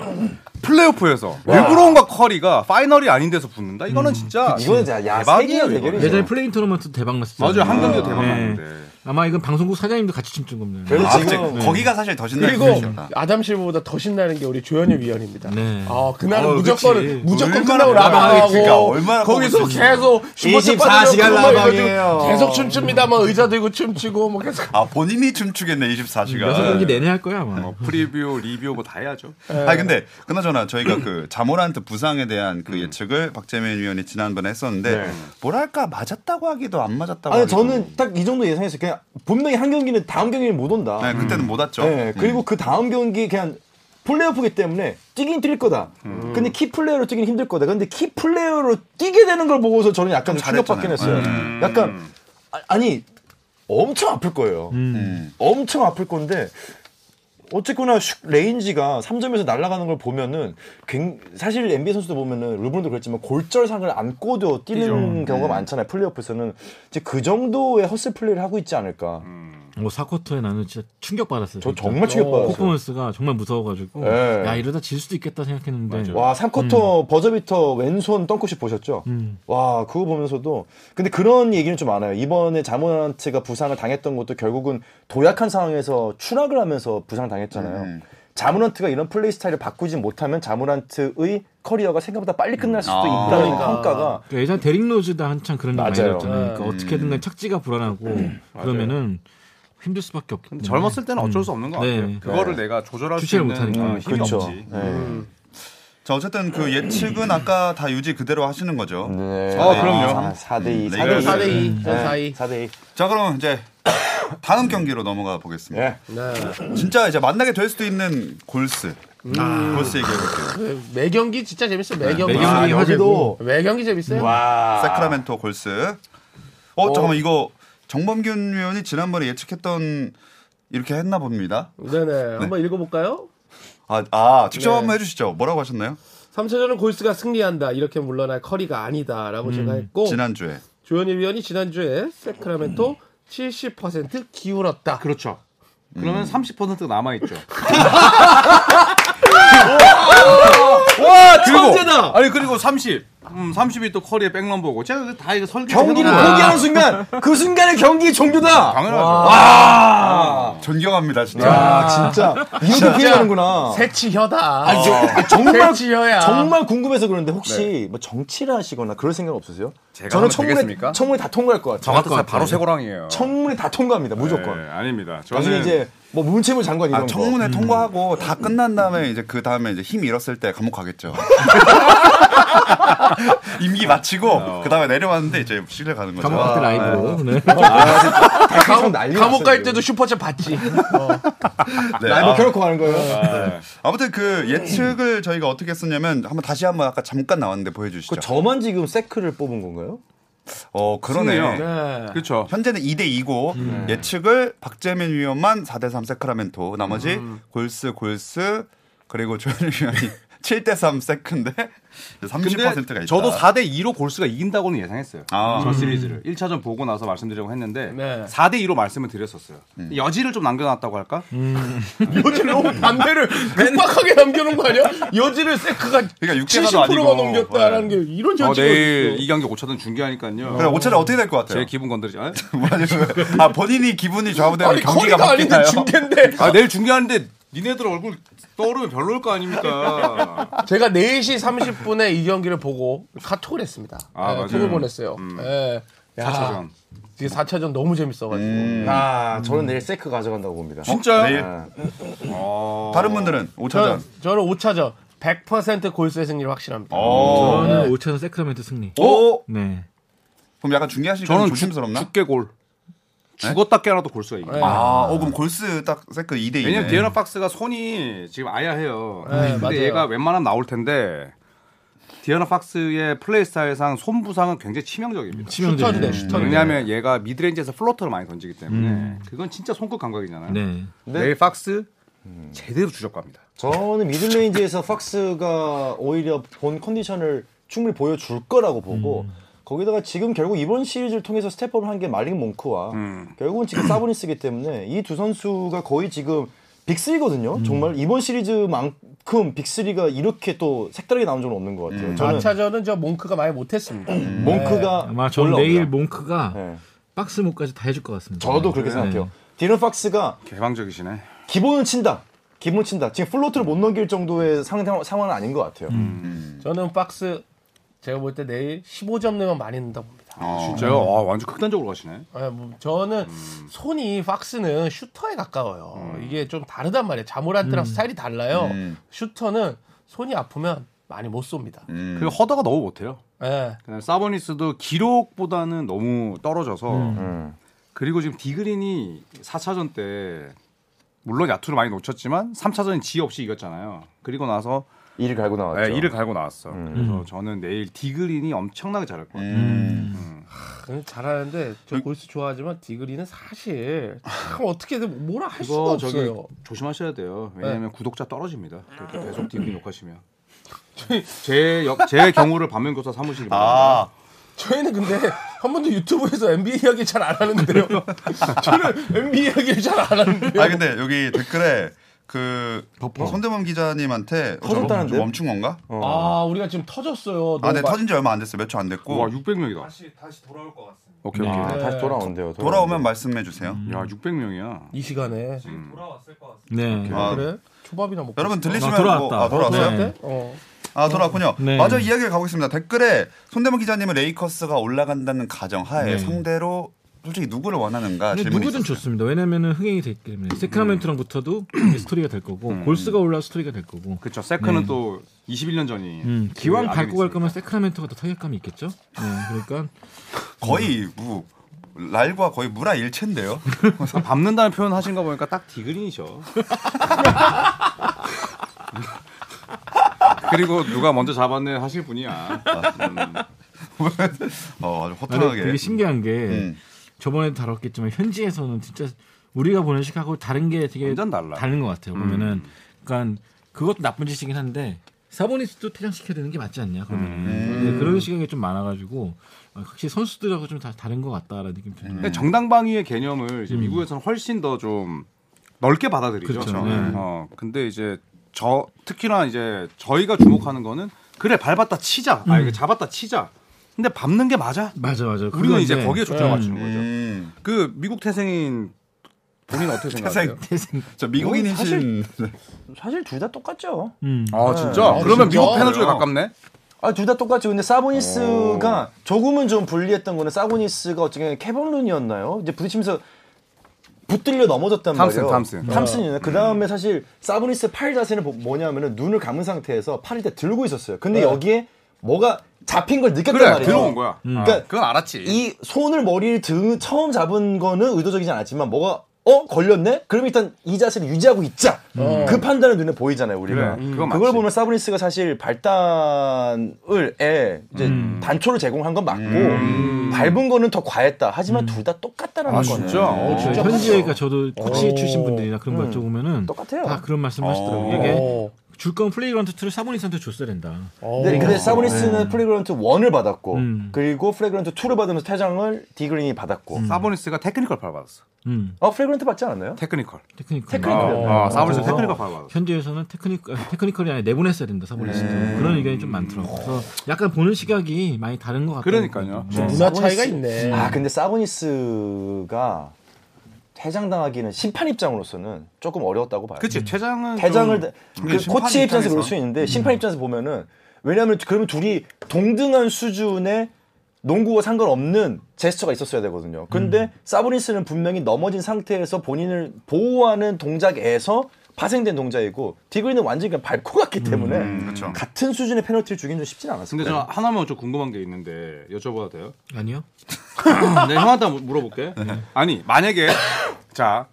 E: 플레이오프에서 르브론과 커리가 파이널이 아닌 데서 붙는다? 이거는 진짜
B: 음, 이거는 야, 야,
E: 대박이에요.
B: 세계의
E: 이거는.
B: 대결이죠.
C: 예전에 플레인 토너먼트 대박 났었죠.
E: 맞아요. 한 경기도 대박
C: 네.
E: 났는데.
C: 아마 이건 방송국 사장님도 같이 춤춘 겁니다.
B: 그래서
A: 아,
B: 지금
A: 갑자기 거기가 사실 더 신나는
D: 그리고
A: 분위기였다.
D: 아담 실버보다 더 신나는 게 우리 조현일 위원입니다.
C: 네.
D: 아 그날은
C: 어,
D: 무조건
C: 그치.
D: 무조건
A: 얼마나
D: 끝나고
A: 라방하겠습니까?
D: 라방하고
A: 얼마나
D: 거기서
A: 꼽을 수 있어요.
D: 계속 슈퍼챗
B: 24시간
D: 받으려고 막 이래가지고
B: 라방이에요.
D: 계속 춤춥니다. 막 의자 들고 춤추고 뭐 계속
A: 아 본인이 춤추겠네 24시간.
B: 네.
C: 여섯 경기 내내 할 거야 아마.
E: 뭐 프리뷰, 리뷰 뭐 다 해야죠.
A: 네. 아니 근데 그나저나 그나저나 저희가 그 자모란트 부상에 대한
B: 음.
A: 그 예측을 박재민 위원이 지난번에 했었는데 뭐랄까 맞았다고 하기도 안 맞았다고
B: 네. 아니
A: 하기도
B: 저는 딱 이 정도 예상했어요. 그냥 분명히 한 경기는 다음 경기는 못 온다.
A: 네, 그때는 못 왔죠.
B: 네, 그리고 그 다음 경기 그냥 플레이오프기 때문에 뛰긴 뛸 거다.
A: 음.
B: 근데 키 플레이어로 뛰긴 힘들 거다. 근데 키 플레이어로 뛰게 되는 걸 보고서 저는 약간
A: 좀
B: 충격받긴 했어요.
A: 잘했잖아요. 음.
B: 약간 아- 아니 엄청 아플 거예요.
A: 네.
B: 엄청 아플 건데 어쨌거나 슛 레인지가 3점에서 날아가는 걸 보면은 굉- 사실 NBA 선수들 보면은 르브론도 그랬지만 골절상을 안고도 뛰는
A: 네.
B: 경우가 많잖아요. 플레이오프에서는 이제 그 정도의 허슬 플레이를 하고 있지
A: 음.
B: 않을까.
C: 뭐 사쿼터에 나는 진짜 충격 받았어요.
B: 저 정말 충격받았어요.
C: 코퍼먼스가 정말 무서워가지고
B: 네.
C: 야 이러다 질 수도 있겠다 생각했는데
E: 예.
B: 와,
E: 음.
B: 3쿼터 버저비터 왼손 덩크슛 보셨죠? 와, 그거 보면서도 근데 그런 얘기는 좀 많아요. 이번에 자모란트가 부상을 당했던 것도 결국은 도약한 상황에서 추락을 하면서 부상 당했잖아요.
A: 네.
B: 자모란트가 이런 플레이 스타일을 바꾸지 못하면 자모란트의 커리어가 생각보다 빨리 끝날 수도
A: 아.
B: 있다는
D: 그러니까.
B: 평가가
C: 그러니까 예전 데릭 로즈다 한창 그런 일 많이
B: 맞아요. 음.
C: 들었잖아요. 그러니까 어떻게든 간 착지가 불안하고 그러면은 힘들 수밖에 없기 음. 때문에
E: 근데 젊었을 때는 어쩔 수 없는 것 같아요.
C: 네.
E: 그거를 내가 조절할 수
C: 주체를
E: 있는
C: 못하니까.
E: 어, 힘이
B: 그렇죠.
E: 없지.
B: 네.
A: 음. 자 어쨌든 그 예측은 아까 다 유지 그대로 하시는 거죠.
B: 네.
E: 어, 그럼요.
B: 4대 네. 2.
A: 음. 레이커스
D: 4대 2. 4대 2.
B: 4대 2.
A: 자 그럼 이제 다음 경기로 넘어가 보겠습니다.
B: 예.
D: 네.
A: 진짜 이제 만나게 될 수도 있는 골스.
B: 음.
A: 골스 얘기해 볼게요.
D: 그 매경기 진짜 재밌어요. 매경기.
C: 매경기
D: 아,
B: 아, 여기도
D: 매경기 재밌어요.
B: 와.
A: 세크라멘토 골스. 어, 잠깐만 이거 정범균 의원이 지난번에 예측했던 이렇게 했나 봅니다.
D: 네네. 한번 읽어볼까요?
A: 아, 아 직접
D: 네.
A: 한번 해주시죠. 뭐라고 하셨나요?
D: 3차전은 골스가 승리한다. 이렇게 물러날 커리가 아니다라고 제가 했고
A: 지난 주에.
D: 조현일 위원이 지난주에 세크라멘토 70% 기울었다.
E: 그렇죠.
B: 음.
E: 그러면 30%가 남아 있죠. 와,
D: 천재다!
E: 아니 그리고 30. 음, 30이 또 커리의 백넘버고. 제가 그다 이거 설계
B: 경기를 포기하는 순간 그 순간의 경기 종료다.
E: 당연하죠. 아,
A: 존경합니다, 진짜. 아,
B: 야, 아, 진짜 이렇게 피하는구나.
D: 세치혀다.
B: 아, 정말
D: 세치혀야.
B: 정말 궁금해서 그러는데 혹시 뭐 정치를 하시거나 그럴 생각 없으세요?
E: 제가
B: 저는
E: 하면
B: 청문회
E: 되겠습니까?
B: 청문회 다 통과할 것 같아요.
E: 같은 사람 바로 세고랑이에요.
B: 청문회 다 통과합니다. 무조건.
E: 네, 아닙니다.
B: 나중에
E: 저는
B: 이제 뭐 문체부 장관 이런
A: 아, 청문회 통과하고 다 끝난 다음에 이제 그 다음에 이제 힘 잃었을 때 감옥 가겠죠. 임기 마치고 그 다음에 내려왔는데 이제 실내 가는 거죠.
C: 감옥 같은 라이브로 네.
B: 거. 감옥 난리.
D: 감옥
B: 났어요,
D: 갈
B: 지금.
D: 때도 슈퍼챗 받지.
A: 네.
B: 라이브
A: 아,
B: 켜놓고 가는 거예요.
A: 아무튼 그 예측을 저희가 어떻게 했었냐면 한번 다시 한번 아까 잠깐 나왔는데 보여주시죠.
B: 그 저만 지금 세크를 뽑은 건가요?
A: 어
E: 승리요.
A: 그러네요.
D: 네.
E: 그렇죠.
A: 어, 현재는 2대 2고
E: 음.
A: 예측을 박재민 위원만 4대 3 세크라멘토 나머지
E: 음.
A: 골스 골스 그리고 조현일 위원이 7대 3 세크인데 30%가 있다.
E: 근데 저도 4대 2로 골스가 이긴다고는 예상했어요.
A: 아.
E: 전 시리즈를 1차전 보고 나서 말씀드리려고 했는데
D: 네.
E: 4대 2로 말씀을 드렸었어요.
A: 음.
E: 여지를 좀 남겨놨다고 할까?
D: 음. 여지를 너무 반대를 급박하게 남겨놓은 거 아니야? 여지를 세크가
A: 그러니까
D: 70%가
A: 70%가 아니고.
D: 넘겼다라는 게 이런
E: 어,
D: 저지가
E: 내일
D: 있어.
E: 이 경기 5차전 중계하니까요.
A: 그래 오차는 어떻게 될 것 같아요?
E: 제 기분 건드리지 않아요?
A: 아 본인이 기분이 좌우되면
D: 아니
A: 경기가
D: 커리가 아닌데
A: 바뀌나요?
D: 중계인데
E: 아, 내일 중계하는데 니네들 얼굴 떠오르면 별로일 거
A: 어?
E: 아닙니까?
D: 제가 4시 30분에 이 경기를 보고 카톡을 했습니다.
E: 아,
D: 네,
E: 맞아요.
D: 톡을 보냈어요. 예. 야,
E: 4차전.
D: 이게 4차전 너무 재밌어가지고.
B: 아, 저는 내일 세크 가져간다고 봅니다.
E: 진짜요?
A: 내일
E: 네.
A: 어. 다른 분들은
D: 저는,
A: 5차전.
D: 저는 5차전 100% 골수의 승리를 확신합니다.
A: 어.
C: 저는 5차전 세크라멘토 승리.
A: 오.
C: 네.
A: 그럼 약간 중계하시니까
E: 저는
A: 조심스럽나? 네?
E: 죽, 게 골. 죽었다 깨라도 골수가 이겨.
D: 네.
A: 아, 어 그럼 골스 딱 세크 2대 2.
E: 왜냐면 디에나 박스가 손이 지금 아야해요.
D: 네,
E: 근데
D: 맞아요.
E: 얘가 웬만하면 나올 텐데 디에나 박스의 플레이 스타일상 손 부상은 굉장히 치명적입니다.
D: 슈터인데
C: 치명적인.
D: 슈터.
E: 왜냐하면 얘가 미드레인지에서 플로터를 많이 던지기 때문에 그건 진짜 손끝 감각이잖아요.
C: 네.
E: 내일 박스 제대로 주적갑니다.
B: 저는 미들레인지에서 팍스가 오히려 본 컨디션을 충분히 보여줄 거라고 보고
C: 음.
B: 거기다가 지금 결국 이번 시리즈를 통해서 스텝업을 한 게 말린 몽크와 결국은 지금 사보니스기 때문에 이 두 선수가 거의 지금 빅3거든요.
C: 음.
B: 정말 이번 시리즈만큼 빅3가 이렇게 또 색다르게 나온 적은 없는 것 같아요.
C: 음.
B: 저는
D: 4차전은 저 몽크가 많이 못했습니다.
B: 몽크가
C: 네. 아마 전
B: 올라옵니다.
C: 내일 몽크가
B: 네.
C: 박스 목까지 다 해줄 것 같습니다.
B: 저도 그렇게
C: 네.
B: 생각해요. 디런 팍스가
E: 개방적이시네.
B: 기본은 친다. 기본 친다. 지금 플로트를 못 넘길 정도의 상황, 상황은 아닌 것 같아요.
C: 음.
D: 저는 박스 제가 볼 때 내일 15점 내면 많이 넣는다 봅니다.
E: 진짜요? 아, 완전 극단적으로 가시네.
D: 예, 뭐 저는 손이 박스는 슈터에 가까워요. 이게 좀 다르단 말이에요. 자모란트랑 스타일이 달라요. 슈터는 손이 아프면 많이 못 쏩니다.
E: 그리고 허다가 너무 못해요.
D: 예.
E: 그다음에 사보니스도 기록보다는 너무 떨어져서
D: 음.
E: 그리고 지금 디그린이 4차전 때 물론 야투를 많이 놓쳤지만 3차전이 지 없이 이겼잖아요. 그리고 나서
B: 이를 갈고 나왔죠.
E: 네, 이를 갈고 나왔어. 그래서 저는 내일 디그린이 엄청나게 잘할 것
D: 음.
E: 같아요. 음.
D: 그건 잘하는데 저 골수 좋아하지만 디그리는 사실 참 어떻게든 뭐라 할 수가
E: 이거 저기
D: 없어요. 네.
E: 조심하셔야 돼요. 왜냐하면 구독자 떨어집니다. 그렇게 계속 디그린 녹화시면. 제, 역- 제 경우를 반면교사 삼으시기 바랍니다.
A: 아,
D: 저희는 근데 한 번도 유튜브에서 NBA 이야기 잘 안 하는데요. 저는 NBA 이야기를 잘 안 하는데요.
A: 아 근데 여기 댓글에 그
C: 어.
A: 손대범 기자님한테 어, 저
B: 터졌다는데요?
A: 좀 멈춘 건가?
D: 아 우리가 지금 터졌어요.
A: 아,
D: 너무
A: 네
D: 마-
A: 터진 지 얼마 안 됐어요. 몇 초 안 됐고
E: 와 600명이다. 다시, 돌아올 것 같습니다. 오케이 오케이.
B: 아, 다시 돌아온대요.
A: 돌아오면 말씀해 주세요.
D: 네.
E: 야 600명이야.
D: 이 시간에
C: 네.
A: 아,
D: 그래 초밥이나 먹고.
A: 여러분 들리시면
C: 아, 돌아왔다.
A: 뭐, 아, 돌아왔어요?
C: 네.
D: 네? 어.
A: 아 돌아왔군요.
C: 네.
A: 맞아 이야기를 가고 있습니다. 댓글에 손대범 기자님은 레이커스가 올라간다는 가정 하에
C: 네.
A: 상대로 솔직히 누구를 원하는가
C: 근데
A: 아, 질문이
C: 누구든
A: 있었어요.
C: 좋습니다. 왜냐면은 흥행이 되기 때문에 세크라멘토랑 붙어도 이게 스토리가 될 거고 골스가 올라 스토리가 될 거고.
E: 그렇죠. 세컨은
C: 네.
E: 또 21년 전이
C: 음,
E: 그
C: 기왕
E: 아이들이
C: 밟고 갈
E: 있으니까.
C: 거면 세크라멘토가 더 타격감이 있겠죠. 네, 그러니까
A: 거의 뭐 랄과 거의 무라 일체인데요.
E: 아, 밟는다는 표현 하신 거 보니까 딱 디그린이죠. 그리고 누가 먼저 잡았네 하실 분이야. 음.
A: 어 아주
C: 아, 근데
A: 허탈하게.
C: 되게 신기한 게
E: 네.
A: 음.
C: 저번에도 다뤘겠지만 현지에서는 진짜 우리가 보는 식하고 다른 게 되게
E: 완전 달라요. 음.
C: 다른 것 같아요. 보면은 그러니까 그것도 나쁜 짓이긴 한데 사보니스도 퇴장시켜야 되는 게 맞지 않냐
E: 음.
C: 그러면
E: 네.
C: 은 그런 시각이 좀 많아가지고 확실히 선수들하고 좀 다 다른 것 같다라는 느낌이 드는
E: 근데 정당방위의 개념을 이제 미국에서는 훨씬 더 좀 넓게 받아들이죠.
C: 그렇죠. 네.
E: 어, 근데 이제 저 특히나 이제 저희가 주목하는 거는 그래 밟았다 치자. 아 이거
C: 음.
E: 잡았다 치자. 근데 밟는 게 맞아?
C: 맞아 맞아.
E: 우리는 이제
C: 음, 그건데 네.
E: 거기에 초점을 맞추는 거죠.
A: 음.
E: 그 미국 태생인 본인 어떻게 생각하세요?
A: 태생 저 미국인이신
C: 네.
B: 사실 둘 다 똑같죠.
C: 음.
B: 네.
E: 아 진짜?
D: 아,
E: 그러면
D: 진짜?
E: 미국 페너 쪽에 가깝네.
B: 아, 둘 다 똑같죠. 근데 사보니스가 조금은 좀 불리했던 거는 사보니스가 어떻게 캐번룬이었나요? 이제 부딪히면서 붙들려 넘어졌단
E: 탐슨,
B: 말이에요.
E: 탐슨.
B: 이요그 다음에 사실 사보니스 팔 자세는 보- 뭐냐면은 눈을 감은 상태에서 팔을 이렇게 들고 있었어요. 근데 여기에 뭐가 잡힌 걸 느꼈단
E: 그래
B: 말이에요.
E: 들어온 거야. 아,
B: 그러니까
E: 그건 알았지.
B: 이 손을 머리를 등 처음 잡은 거는 의도적이지 않았지만 뭐가 어 걸렸네? 그럼 일단 이 자세를 유지하고 있자. 그 판단은 눈에 보이잖아요 우리가.
E: 음. 어. 그래, 그건
B: 걸
E: 맞지.
B: 보면 사브리스가 사실 발단을에 이제
E: 음.
B: 단초를 제공한 건 맞고 밟은 거는 더 과했다. 하지만 둘 다 똑같다라는
E: 음. 아
B: 거네.
E: 진짜? 어, 음.
C: 그
E: 진짜.
C: 현지에가 저도 코치
D: 오.
C: 출신 분들이나 그런 거 여쭤보면은
B: 똑같아요.
C: 다 그런 말씀 하시더라고요. 이게
D: 어.
C: 줄 거면 플레이그런트 2를 사보니스한테 줬어야 된다.
D: 어.
B: 근데, 근데
E: 네.
B: 사브리스는 플레그런트 1을 받았고
C: 음.
B: 그리고 플레그런트 2를 받으면서 퇴장을 디그린이 받았고.
E: 음. 사보니스가 테크니컬 팔 받았어.
C: 음,
B: 어 플레그런트 받지 않았나요?
E: 테크니컬.
C: 테크니컬.
E: 아,
B: 테크니컬.
E: 아, 사보니스
C: 그래서
E: 테크니컬 팔 받았어.
C: 현지에서는 테크니컬 아니, 테크니컬이 아니라 내보냈어야 된다
E: 네.
C: 사보니스도 그런 의견이 좀 많더라고. 그래서 약간 보는 시각이 많이 다른
B: 어.
C: 것 같아요.
E: 그러니까요.
B: 네.
E: 네.
D: 문화 차이가
B: 사보니스-
D: 있네.
B: 아 근데 사보니스가 퇴장당하기는 심판 입장으로서는 조금 어려웠다고 봐요. 네.
E: 그치 퇴장은
B: 퇴장을
E: 좀-
B: 다-
A: 근데
B: 그
A: 심판
B: 코치 입장에서
A: 입장에서. 음.
B: 그럴 수 있는데 심판 입장에서 보면은 왜냐하면 그러면 둘이 동등한 수준의 농구와 상관없는 제스처가 있었어야 되거든요.
A: 음.
B: 근데 사보니스는 분명히 넘어진 상태에서 본인을 보호하는 동작에서 파생된 동작이고 디그리는 완전히 그냥 밟고 갔기 때문에
A: 그렇죠.
B: 같은 수준의 페널티를 주긴 좀 쉽진 않았을
E: 근데
B: 거예요.
E: 저 하나만 좀 궁금한 게 있는데 여쭤봐도 돼요?
C: 아니요.
E: 내 형한테 한번 물어볼게.
B: 네.
E: 아니 만약에 자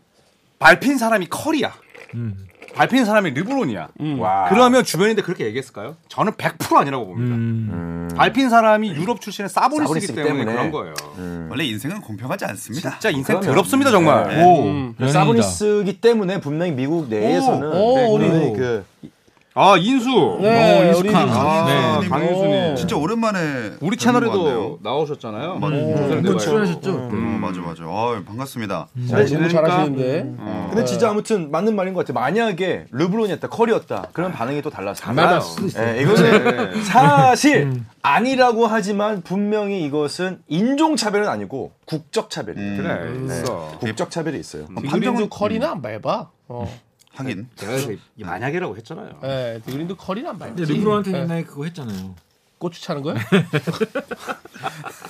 E: 밟힌 사람이 컬이야.
B: 음.
E: 밟힌 사람이 르브론이야.
B: 와.
E: 그러면 주변인데 그렇게 얘기했을까요? 저는 100% 아니라고 봅니다. 밟힌 사람이 유럽 출신의 음. 사보니스이기
B: 사보니스이기
E: 때문에, 음.
B: 때문에.
E: 그런 거예요.
A: 원래 인생은 공평하지 않습니다.
E: 진짜 인생
B: 그러면-
E: 더럽습니다 정말.
C: 오,
E: 음.
B: 그러니까 사보니스기 때문에 분명히 미국 내에서는
D: 오, 오, 우리-
B: 분명히 그
E: 아 인수.
D: 네,
C: 너무
D: 우리
C: 익숙한.
D: 아,
E: 아,
A: 네.
E: 강인수님.
A: 진짜 오랜만에 뵙는
E: 우리
A: 것
E: 채널에도
A: 같네요.
E: 나오셨잖아요.
C: 한
E: 음.
C: 번 출연하셨죠?
A: 음, 맞아 맞아. 아 반갑습니다.
B: 음.
D: 잘 너무 잘하시는데. 어,
B: 근데 진짜 아무튼 맞는 말인 것 같아요. 만약에 르브론이었다, 커리였다, 그런 반응이 또 달랐어요.
E: 맞아요.
B: 예, 이거는 사실 아니라고 하지만 분명히 이것은 인종 차별은 아니고 국적
A: 음.
B: 차별입니다.
E: 그래 있어.
B: 국적 차별이 있어요.
D: 디그린도 커리나 안 밟아. 어.
A: 하긴
E: 제가 그래서 이 만약이라고 했잖아요.
D: 예, 디그린도 커리나 안 밟지.
C: 근데 르브론한테
D: 예.
C: 옛날에 그거 했잖아요.
D: 고추 차는 거야?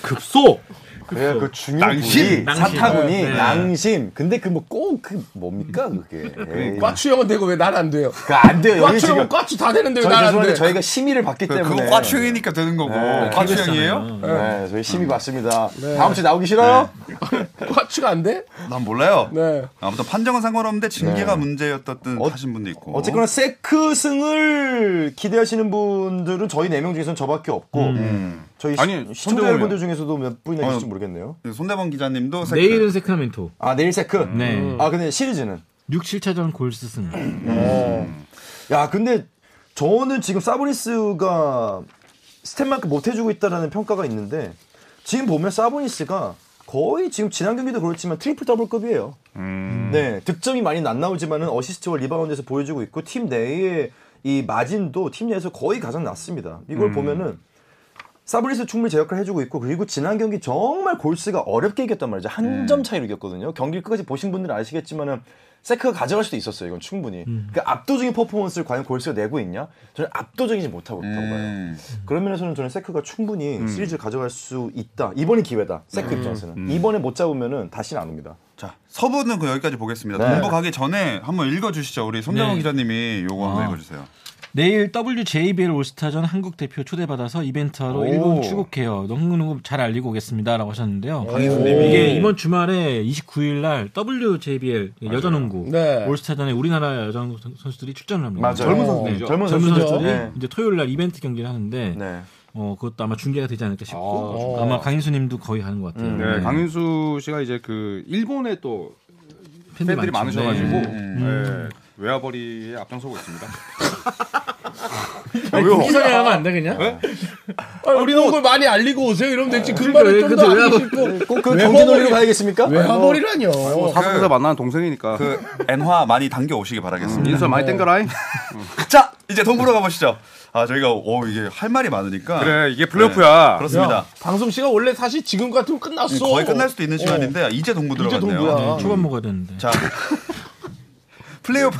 E: 급소.
B: 그래, 그 중요한
A: 낭심!
B: 부위, 사타구니,
C: 네.
B: 낭심. 근데 그 뭐 꼭 그 뭡니까 그게?
D: 꽈추형은 되고 왜 난 안 돼요?
B: 그안 돼요. 여기 지금
D: 꽈추형은 꽈추 다 되는데 왜
B: 저희
D: 난 안
B: 죄송한데
D: 돼?
B: 저희가 심의를 받기
A: 그- 그거
B: 때문에
A: 과추형이니까 되는 거고
B: 네,
A: 과추형이에요?
B: 네, 저희 심의 받습니다. 다음 주에 나오기 싫어요?
D: 꽈추가 안 돼?
A: 난 몰라요.
D: 네.
A: 아무튼 판정은 상관없는데 징계가 문제였다든 하신 분도 있고.
B: 네. 어, 어쨌거나 세크승을 기대하시는 분들은 저희 네 명 중에서는 저밖에 없고 저희 시-
E: 음. 아니,
B: 시청자
E: 손대범이요.
B: 여러분들 중에서도 몇 분이나 계실지
A: 어.
B: 모르겠네요.
A: 손대범 기자님도 세크.
C: 내일은 세크라멘토.
B: 아 내일 세크.
C: 네.
B: 아 근데 시리즈는
C: 6, 7차전 골스승.
B: 야 근데 저는 지금 사보니스가 스텝만큼 못 해주고 있다라는 평가가 있는데 지금 보면 사보니스가 거의 지금 지난 경기도 그렇지만 트리플 더블급이에요. 네 득점이 많이 안 나오지만은 어시스트와 리바운드에서 보여주고 있고 팀 내의 이 마진도 팀 내에서 거의 가장 낮습니다. 이걸 보면은 사브리스 충분히 제 역할을 해주고 있고 그리고 지난 경기 정말 골스가 어렵게 이겼단 말이죠 한 점 차이로 이겼거든요 경기 끝까지 보신 분들은 아시겠지만은 세크가 가져갈 수도 있었어요 이건 충분히 그 압도적인 퍼포먼스를 과연 골스가 내고 있냐 저는 압도적이지 못하고 있다고
A: 음.
B: 봐요 그런 면에서는 저는 세크가 충분히 시리즈를 가져갈 수 있다 이번이 기회다 세크 입장에서는 이번에 못 잡으면은 다시는 안 옵니다
A: 자 서부는 그 여기까지 보겠습니다.
B: 네.
A: 동부 가기 전에 한번 읽어주시죠. 우리 손대범
C: 네.
A: 기자님이 요거
B: 아.
A: 한번 읽어주세요.
C: 내일 WJBL 올스타전 한국 대표 초대받아서 이벤트하러
B: 오.
C: 일본 출국해요. 너무너무 잘 알리고 오겠습니다라고 하셨는데요. 이게 이번 주말에 29일 날 WJBL 여자농구
D: 네.
C: 올스타전에 우리나라 여자농구 선- 선수들이 출전을 합니다.
B: 젊은
E: 선수들이죠.
B: 젊은
C: 젊은
B: 선수죠
C: 선수들이
B: 네.
C: 이제 토요일 날 이벤트 경기를 하는데
B: 네.
C: 어, 그것도 아마 중계가 되지 않을까 싶고 아마 강인수님도 거의 하는 것 같아요.
E: 네, 강윤수 씨가 이제 그 일본에 또
C: 팬들이
E: 팬들이
C: 많죠.
E: 많으셔가지고
C: 네.
E: 예, 외화벌이에 앞장서고 있습니다.
A: 아,
C: 이상하게 하면 안 돼, 그냥?
D: 어. 아, 우리는 그걸 많이 알리고 오세요. 이러면 되지. 그
C: 왜
D: 말을 좀
C: 그래도
D: 더
C: 왜
D: 알리고
C: 하고-
D: 싶고.
B: 꼭그
D: 왜
B: 경기 놀이로
D: 허벌이-
B: 가야겠습니까?
D: 왜 화벌이라뇨.
E: 사석에서 만나는 동생이니까
A: 그 엔화 많이 당겨 오시기 바라겠습니다.
E: 인사 많이 땡겨라잉.
B: 음.
A: 자 이제 동부로 가보시죠. 아 저희가 오 이게 할 말이 많으니까. 네,
E: 그래 이게 플레이오프야.
A: 그렇습니다.
D: 방송 시간 원래 사실 지금 같으면 끝났어.
A: 음, 거의 끝날 수도 있는 시간인데 이제 동부
D: 이제
A: 들어갔네요.
D: 동부야.
C: 네, 초반 먹어야 되는데.
A: 자 플레이오프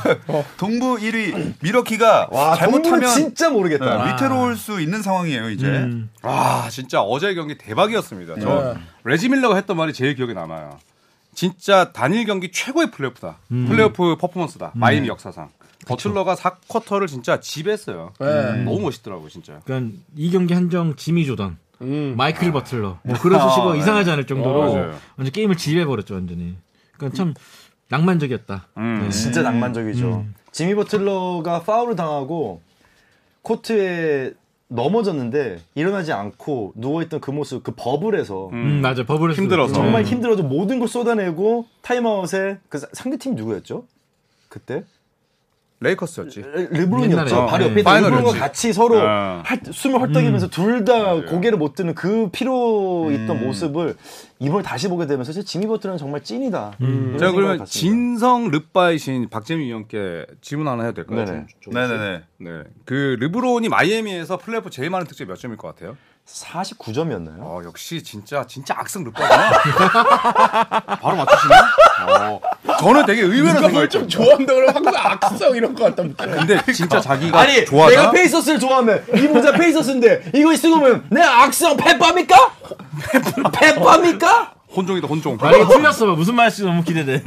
A: 동부 1위 미러키가
B: 와 잘못하면
A: 잘못하면
B: 진짜 모르겠다
A: 네, 밑으로 올 수 있는 상황이에요 이제.
E: 아 진짜 어제 경기 대박이었습니다. 저
D: 네.
E: 레지 밀러가 했던 말이 제일 기억에 남아요. 진짜 단일 경기 최고의 플레이오프다.
D: 음.
E: 플레이오프 퍼포먼스다. 마이미 역사상. 버틀러가 4쿼터를 진짜 지배했어요.
D: 네.
E: 음. 너무 멋있더라고 요 진짜.
C: 그러니까 이 경기 한정 지미 조던, 마이클 버틀러 뭐 그런 수식어 이상하지 않을 정도로
E: 맞아요.
C: 완전 게임을 지배해 버렸죠 완전히. 그러니까 참 낭만적이었다.
E: 음.
C: 네.
B: 진짜 낭만적이죠. 지미 버틀러가 파울을 당하고 코트에 넘어졌는데 일어나지 않고 누워있던 그 모습, 그 버블에서
C: 음, 맞아 버블에
E: 힘들어서.
B: 정말 힘들어도 모든 걸 쏟아내고 타임아웃에 그 사- 상대팀 누구였죠? 그때
E: 레이커스였지.
B: 르- 르브론이었죠.
C: 옛날에.
B: 바로 옆에
C: 네.
B: 있던 르브론과
E: 파이널이었지.
B: 같이 서로
E: 아.
B: 활- 숨을 헐떡이면서 둘 다 고개를 못 드는 그 피로 있던 모습을 이번에 다시 보게 되면서 진짜 지미 버틀러는 정말 찐이다. 이런
E: 제가
B: 생각을
E: 음. 그러면
B: 받습니다.
E: 진성 르바이신 박재민 위원께 질문 하나 해도 될까요?
B: 네네.
E: 좀- 좀-
A: 네네네.
E: 네. 그 르브론이 마이애미에서 플레이오프 제일 많은 득점이 몇 점일 것 같아요?
B: 49점이었나요?
E: 어, 역시 진짜 진짜 악성 르바구나. 바로 맞추시네. 어. 저는 되게 의외로
D: 누가 뭘 좀 좋아한다 그러면 항상 악성 이런 거 같다니까.
E: 근데 진짜 자기가
B: 아니
E: 좋아하다.
B: 내가 페이서스를 좋아하면 이 모자 페이서스인데 이거 쓰고 오면 내 악성 페빠입니까? 페빠입니까?
E: 혼종이다 혼종.
C: 아니 틀렸어 봐 무슨 말인지 너무 기대돼.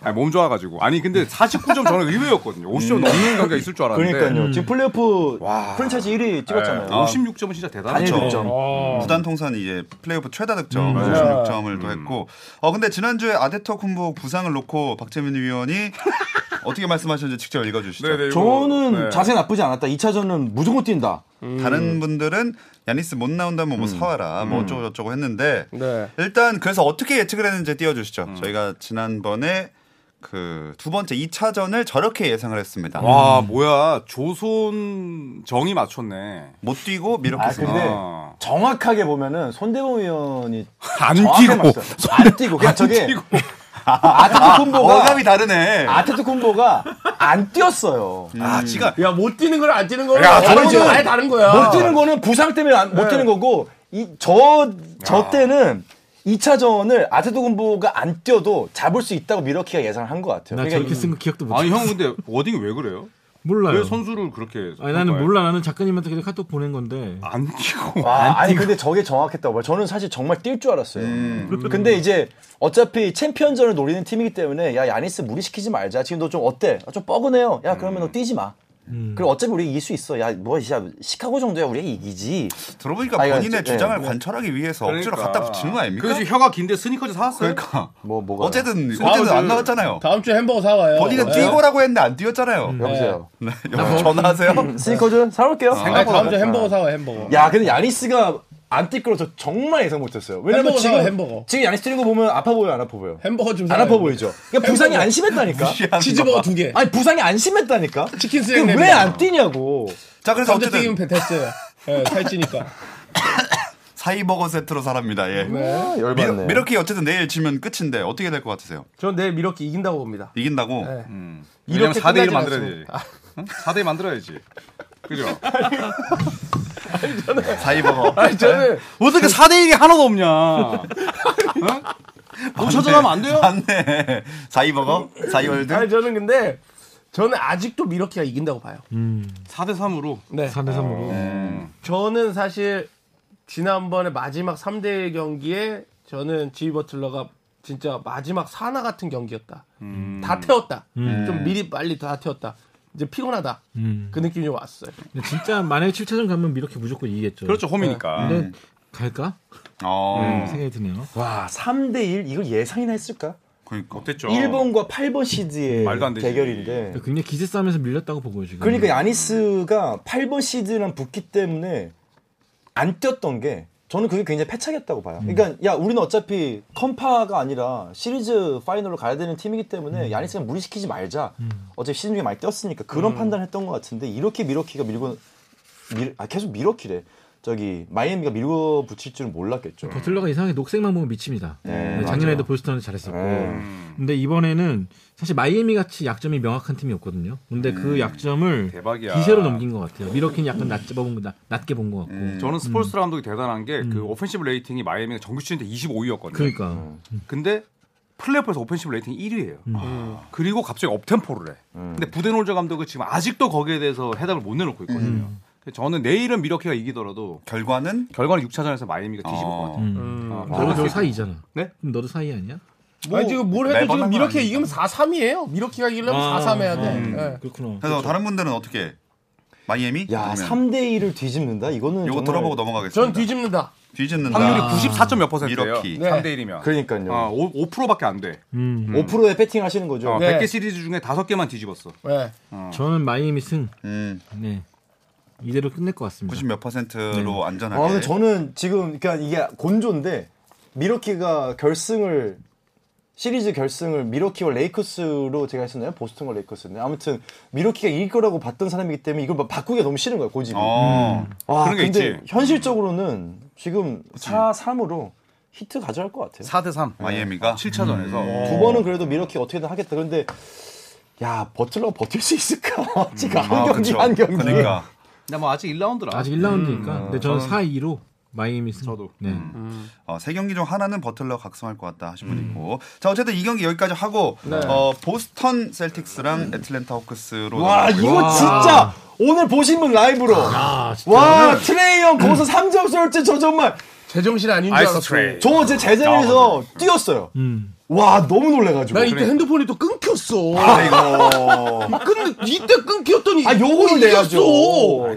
E: 아니, 몸 좋아가지고. 아니 근데 49점 저는 의외였거든요. 50점 넘는 경기가 있을 줄 알았는데. 음.
B: 그러니까요. 지금 플레이오프
E: 와.
B: 프랜차이즈 1위 네. 찍었잖아요.
E: 음.
B: 어,
E: 56점은 진짜
B: 단일
E: 대단하죠.
B: 득점.
A: 구단 통산 이제 플레이오프 최다 득점 56점을 더했고 어 근데 지난주에 아데토 쿤보 부상을 놓고 박재민 위원이 어떻게 말씀하셨는지 직접 읽어주시죠.
E: 네네, 이거-
B: 저는
E: 네.
B: 자세 나쁘지 않았다. 2차전은 무조건 뛴다.
A: 다른 분들은 야니스 못 나온다면 뭐 사와라 뭐 어쩌고 저쩌고 했는데
D: 네.
A: 일단 그래서 어떻게 예측을 했는지 띄워주시죠. 저희가 지난번에 그 두 번째 2차전을 저렇게 예상을 했습니다.
E: 와 뭐야 조손 정이 맞췄네.
A: 못 뛰고
B: 아
A: 미러키스.
B: 근데
E: 아.
B: 정확하게 보면은 손대범 의원이
E: 안
B: 정확하게
E: 뛰고.
B: 맞았어요. 안 뛰고 그냥 저게 아테트 콤보가
A: 어감이 다르네. 음.
B: 아테트 콤보가 안 뛰었어요.
E: 아 지가
D: 야, 못 뛰는 거랑 안 뛰는 거랑
E: 야,
D: 다르죠.
B: 다르죠.
D: 아예 다른 거야.
B: 못 뛰는 거는 부상 때문에 안-
A: 네.
B: 못 뛰는 거고 이 저 저 때는 2차전을 아테도 군보가 안 뛰어도 잡을 수 있다고 미러키가 예상을 한 것 같아요.
C: 나
B: 그러니까
C: 저렇게 쓴 거 기억도 못.
E: 아니
C: 해.
E: 형 근데 워딩이 왜 그래요?
C: 몰라요.
E: 왜 선수를 그렇게?
C: 아니 나는
E: 평가해?
C: 몰라 나는 작가님한테 그냥 카톡 보낸 건데
E: 안 뛰고.
B: 와, 아니 근데 저게 정확했다고 봐요. 저는 사실 정말 뛸 줄 알았어요. 근데 이제 어차피 챔피언전을 노리는 팀이기 때문에 야 야니스 무리시키지 말자. 지금 너 좀 어때? 아, 좀 뻐근해요. 야 그러면 너 뛰지 마. 그리고 어차피 우리 이길 수 있어. 야 뭐 진짜 시카고 정도야 우리가 이기지.
A: 들어보니까
B: 아, 이거
A: 본인의
B: 이제,
A: 주장을
B: 예.
A: 관철하기 위해서 억지로
E: 그러니까.
A: 갖다 붙이는 거 아닙니까?
E: 그래서 혀가 긴데 스니커즈 사왔어요.
A: 그러니까.
B: 뭐 뭐가
A: 어쨌든
D: 다음
A: 어쨌든 안
D: 주-
A: 나왔잖아요.
D: 다음 주에 햄버거 사와요. 네.
A: 본인은 뛰고라고 했는데 안 뛰었잖아요.
B: 여보세요.
A: 네, 여보 전화하세요.
B: 스니커즈 사올게요.
D: 아니, 다음 주에 햄버거 사와 햄버거.
B: 야 근데 야니스가 안 뛸 거로 저 정말 예상 못했어요. 왜냐면
D: 햄버거
B: 지금
D: 사와, 햄버거.
B: 지금 야니스 뛰는 거 보면 아파 보여 안 아파 보여.
D: 햄버거 좀
B: 안
D: 사와.
B: 아파 보이죠. 그러니까 부상이 안 심했다니까.
D: 치즈버거 두 개.
B: 아니 부상이 안 심했다니까.
D: 치킨 스낵 냄새.
B: 그왜 안 뛰냐고.
A: 자 그래서
D: 감자
A: 어쨌든
D: 튀김 됐어요. 예, 살찌니까.
A: 사이버거 세트로 사랍니다. 예. 미,
B: 열받네.
A: 미러키 어쨌든 내일 지면 끝인데 어떻게 될 것 같으세요?
D: 전 내일 미러키 이긴다고 봅니다.
A: 이긴다고? 음.
E: 왜냐면
D: 이렇게
E: 4대 1
D: 끝나지
E: 만들어야지. 4대 1 만들어야지. 그죠?
A: 사이버거.
D: 저는
E: 어떻게 4대 1이 하나도 없냐? 어? 너 찾아가면 안 돼요?
A: 맞네. 사이버거?
D: 아니
A: 사이월드?
D: 저는 근데 저는 아직도 미러키가 이긴다고 봐요.
E: 4대 3으로.
D: 네.
C: 4대 3으로
D: 저는 사실 지난번에 마지막 3대 경기에 저는 지휘 버틀러가 진짜 마지막 사나 같은 경기였다. 다 태웠다. 좀 미리 빨리 다 태웠다. 이제 피곤하다.
C: 음.
D: 그 느낌이 왔어요.
C: 근데 진짜 만약에 7차전 가면 이렇게 무조건 이기겠죠.
E: 그렇죠, 홈이니까.
C: 근데 갈까?
A: 어.
C: 생각이 드네요.
B: 와, 3대 1 이걸 예상이나 했을까?
A: 그러니까.
E: 못했죠.
B: 1번과 8번 시드의
E: 말도 안 되지. 그, 음.
B: 대결인데.
C: 그러니까 굉장히 기세 싸움에서 밀렸다고 보고요 지금.
B: 그러니까 야니스가 8번 시드랑 붙기 때문에 안 뛰었던 게 저는 그게 굉장히 패착이었다고 봐요.
E: 음.
B: 그러니까 야, 우리는 어차피 컴파가 아니라 시리즈 파이널로 가야 되는 팀이기
E: 음.
B: 때문에 야니스는 무리시키지 말자. 어차피 시즌 중에 많이 뛰었으니까 그런
E: 음.
B: 판단을 했던 것 같은데 이렇게 미러키가 밀고 밀, 아, 계속 미러키래. 저기 마이애미가 밀고 붙일 줄은 몰랐겠죠.
C: 버틀러가 이상하게 녹색만 보면 미칩니다.
B: 네,
C: 네, 작년에도 볼스턴을 잘했었고.
E: 네.
C: 근데 이번에는 사실 마이애미 같이 약점이 명확한 팀이 없거든요. 근데 그 약점을
E: 음. 대박이야.
C: 기세로 넘긴 것 같아요. 미러키는 약간 낮게 본, 나- 낮게 본 것 같고.
E: 저는 스폴스tra 감독이 대단한 게 그 오펜시브 레이팅이 마이애미가 정규 시즌 때 25위였거든요.
C: 음. 그러니까.
E: 어. 근데 플레이오프에서 오펜시브 레이팅 1위예요.
C: 음.
E: 그리고 갑자기 업템포를 해. 근데 부데놀저 감독은 지금 아직도 거기에 대해서 해답을 못 내놓고 있거든요.
C: 음.
E: 그래서 저는 내일은 미러키가 이기더라도
A: 결과는?
E: 결과는 6차전에서 마이애미가 뒤집을
A: 어.
E: 것 같아요.
D: 음.
E: 어,
C: 너도, 너도 사이잖아.
E: 네?
C: 그럼 너도 사이 아니야?
D: 아니 지금 뭘 해도
A: 매번
D: 지금
A: 한건
D: 미러키가
A: 아니니까.
D: 이기면 4-3이에요. 미러키가 이기려면 4-3 해야 돼. 예.
C: 그렇구나.
A: 그래서 다른 분들은 어떻게? 마이애미?
B: 야,
A: 그러면
B: 3대 1을 뒤집는다. 이거는
A: 요거
B: 정말-
A: 들어보고 넘어가겠습니다.
D: 전 뒤집는다.
A: 뒤집는다.
E: 확률이 94. 몇 퍼센트예요.
A: 미러키.
D: 네.
E: 3대 1이면.
B: 그러니까요.
E: 어, 5, 5%밖에 안 돼.
B: 5%에 배팅 하시는 거죠.
E: 어,
D: 네.
E: 100개 시리즈 중에 5개만 뒤집었어.
D: 예.
C: 저는 마이애미 승.
A: 음,
C: 네. 이대로 끝낼 것 같습니다.
A: 90 몇 퍼센트로 안전하게.
B: 아, 근데 저는 지금 그러니까 이게 곤조인데 미러키가 결승을 시리즈 결승을 미러키와 레이커스로 제가 했었나요? 보스턴과 레이커스였나요? 아무튼 미러키가 이길 거라고 봤던 사람이기 때문에 이걸 막 바꾸기가 너무 싫은 거야 고집이.
A: 어.
B: 와,
E: 그런 게
B: 근데
E: 있지.
B: 현실적으로는 지금 4 3으로 히트 가져갈 것 같아요.
E: 4대 3.
A: 마이애미가?
E: 7차전에서. 음.
B: 두 번은 그래도 미러키가 어떻게든 하겠다. 그런데 야 버틀러 버틸 수 있을까? 지금 한
A: 아,
B: 경기
A: 그쵸.
B: 한 경기.
A: 그러니까.
E: 근데 뭐 아직 1라운드라.
C: 아직 1라운드니까. 근데 저는 4-2로 마이애미 승.
E: 저도.
C: 네.
A: 어, 세 경기 중 하나는 버틀러 각성할 것 같다 하신 분
D: 음.
A: 있고. 자, 어쨌든 이 경기 여기까지 하고,
D: 네.
A: 어, 보스턴 셀틱스랑 애틀랜타 호크스로.
B: 와
A: 넘어가고요.
B: 이거 진짜 오늘 보신 분 라이브로
D: 아, 뭐
B: 와 트레이형 거기서 3점쏠지 저 정말
D: 제정신 아닌 줄
E: 아이스
D: 알았어.
E: 트레이.
D: 난
B: 저 어제 제자리에서 뛰었어요 와 너무 놀래가지고
D: 음. 이때 핸드폰이 또 끊겼어.
A: 아. 아이고.
D: 근데 이때 끊겼더니
B: 아 요거를
D: 이겼어.
B: 내야죠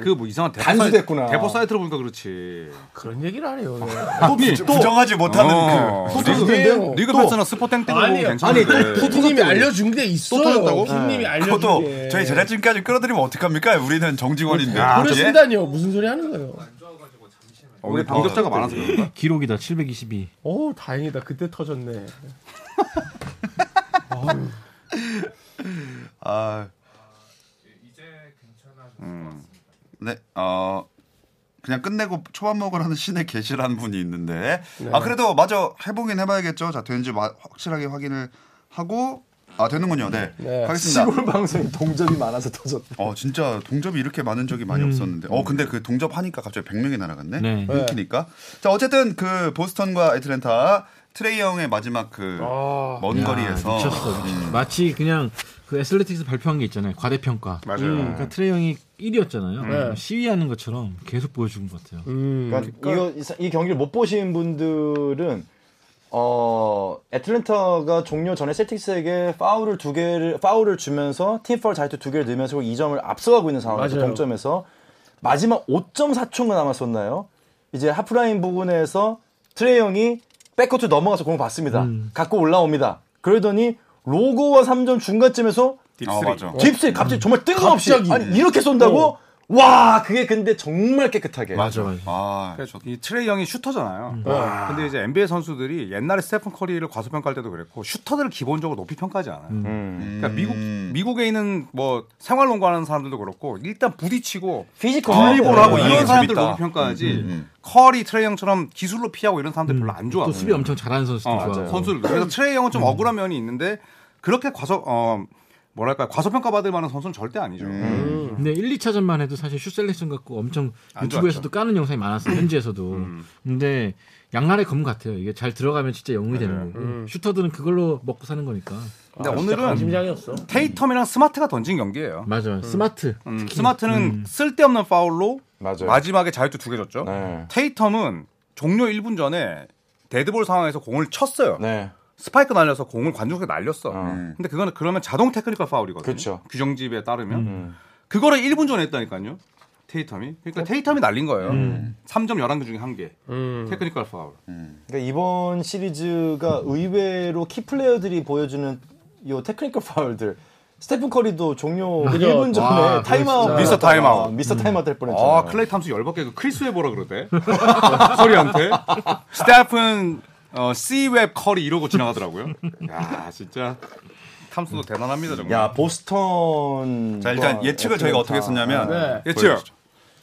E: 그뭐 이상한 대포
B: 단수됐구나.
E: 사이- 대포 사이트로 보니까 그렇지.
D: 그런 얘기를 하네요. 오늘.
A: 부정하지 못하는
E: 어.
A: 그.
B: 또 터졌는데요?
E: 리그
B: 또.
E: 패스나 스포땡땡 보고
D: 아니에요.
E: 괜찮은데.
B: 아니, 또-
D: 피디님이 알려준 게 있어요. 네.
E: 터졌다고?
D: 피디님이
A: 그것도
D: 알려준 게.
A: 저희 제작진까지 끌어들이면 어떡합니까? 우리는 정직원인데.
D: 아,
A: 예?
D: 모르신다니요. 무슨 소리 하는 거예요?
E: 어, 우리 방적자가 많아서 그런가?
C: 기록이다. 722.
D: 오, 어, 다행이다. 그때 터졌네.
A: 아. 네, 어, 그냥 끝내고 초밥 먹으러 하는 신의 계시라는 분이 있는데. 아, 그래도 마저 해보긴 해봐야겠죠. 자, 되는지 마- 확실하게 확인을 하고. 아, 되는군요. 네.
D: 네.
A: 하겠습니다.
B: 시골 방송이 동점이 많아서 터졌다
A: 어, 진짜 동접이 이렇게 많은 적이
C: 음.
A: 많이 없었는데. 어, 근데 그 동접하니까 갑자기 100명이 날아갔네.
C: 네.
A: 인기니까. 자, 어쨌든 그 보스턴과 애틀랜타 트레이 형의 마지막 그 먼
D: 아,
A: 거리에서 음.
C: 미쳤어, 미쳤어. 마치 그냥 그 애슬레틱스 발표한 게 있잖아요. 과대평가.
E: 맞아요.
B: 음,
E: 어,
C: 그러니까 트레이 형이 1위였잖아요.
D: 네.
C: 시위하는 것처럼 계속 보여준 것 같아요.
D: 음.
B: 그러니까 이거- 이 사- 이 경기를 못 보신 분들은 어 애틀랜타가 종료 전에 셀틱스에게 파울을 두 개를 파울을 주면서 팀 파울 자유투 두 개를 넣으면서 2점을 앞서가고 있는 상황에서
D: 맞아요.
B: 동점에서 마지막 5.4초가 남았었나요? 이제 하프라인 부분에서 트레이 형이 백코트 넘어가서 공을 받습니다. 갖고 올라옵니다. 그러더니 로고와 3점 중간쯤에서
A: 아 맞아.
B: 딥스 갑자기 정말 뜬금없이
D: 갑자기.
B: 아니 이렇게 쏜다고 와 그게 근데 정말 깨끗하게
C: 맞아, 맞아.
A: 아,
E: 그러니까
A: 저,
E: 이 트레이 형이 슈터잖아요.
B: 음.
E: 어. 근데 이제 NBA 선수들이 옛날에 스테픈 커리를 과소평가할 때도 그랬고 슈터들을 기본적으로 높이 평가하지 않아요.
B: 음.
E: 그러니까 미국 미국에 있는 뭐 생활 농구하는 사람들도 그렇고 일단 부딪히고
B: 피지컬
E: 드리블하고
A: 네.
E: 이런
A: 네.
E: 사람들
A: 재밌다.
E: 높이 평가하지. 커리 트레이 형처럼 기술로 피하고 이런 사람들 별로 안 좋아.
C: 음, 또 수비 엄청 잘하는 선수도
E: 어,
C: 좋아요.
E: 선수들 그래서 트레이 형은
C: 음.
E: 좀 억울한 면이 있는데 그렇게 과소 어 뭐랄까 과소평가 받을 만한 선수는 절대 아니죠. 음.
C: 근데 1, 2차전만 해도 사실 슛 셀렉션 갖고 엄청
E: 안
C: 유튜브에서도 까는 영상이 많았어요. 현지에서도. 근데 양날의 검 같아요. 이게 잘 들어가면 진짜 영웅이 되는 거고 슈터들은 그걸로 먹고 사는 거니까.
E: 근데
D: 진짜
E: 오늘은
D: 관심장이었어.
E: 테이텀이랑 스마트가 던진 경기예요.
C: 맞아, 맞아. 스마트.
E: 음, 스마트는 쓸데없는 파울로
B: 맞아요.
E: 마지막에 자유투 두 개 줬죠.
B: 네.
E: 테이텀은 종료 1분 전에 데드볼 상황에서 공을 쳤어요.
B: 네.
E: 스파이크 날려서 공을 관중석에 날렸어.
D: 네.
B: 음.
E: 근데 그거는 그러면 자동 테크니컬 파울이거든요.
B: 그쵸.
E: 규정집에 따르면 그거를 1분 전에 했다니까요. 테이텀이. 그러니까 테이텀이 날린 거예요. 3점 11개 중에 한 개.
D: 어? 음.
E: 테크니컬 파울.
B: 그러니까 이번 시리즈가 의외로 키 플레이어들이 보여주는 요 테크니컬 파울들. 스테픈 커리도 종료
D: 그죠.
B: 1분 전에
C: 와,
B: 타임아웃
C: 그거
E: 진짜. 미스터 타임아웃.
B: 미스터 타임아웃 할
D: 그렇죠.
B: 뻔했잖아요.
E: 아, 클레이 탐스 열받게 그 크리스 웨버라 그러대. 커리한테. 스테픈 어, C-웹 커리 이러고 지나가더라고요. 야, 진짜 탐스도 대단합니다, 정말.
B: 야, 보스턴
A: 자 일단 예측을 저희가 어떻게 했었냐면
D: 네.
E: 예측.
A: 보여주시죠.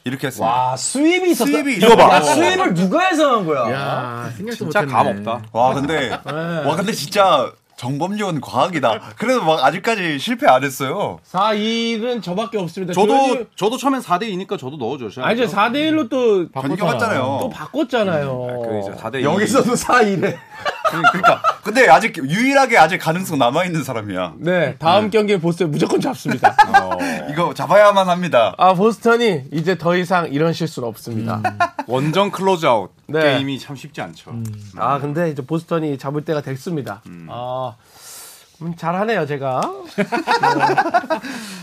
A: 이렇게 했습니다.
B: 네. 와, 수입이 있었어.
A: 수입이
B: 이거 봐. 야,
A: 있었어.
B: 수입을 누가 해석한 거야?
C: 야, 아, 생각도
E: 진짜
C: 못했네.
E: 감 없다.
D: 아,
A: 와 근데 와 근데 진짜 정범리온 과학이다. 그래도 막 아직까지 실패 안 했어요.
D: 4, 2는 저밖에 없습니다.
E: 저도
D: 조현일-
E: 저도 처음엔 4대 2니까 저도 넣어 줘셔.
D: 아니, 저 4대 1로 또 또
A: 변경했잖아요.
D: 음, 바꿨잖아요.
E: 그 이제 4대 2.
B: 여기서도 4일에
A: 그러니까 근데 아직 유일하게 아직 가능성 남아 있는 사람이야.
D: 네, 다음 경기에 보스턴 무조건 잡습니다.
A: 이거 잡아야만 합니다.
D: 아, 보스턴이 이제 더 이상 이런 실수는 없습니다.
E: 원정 클로즈아웃
D: 네.
E: 게임이 참 쉽지 않죠.
C: 음.
D: 아, 근데 이제 보스턴이 잡을 때가 됐습니다. 아, 음, 잘하네요, 제가.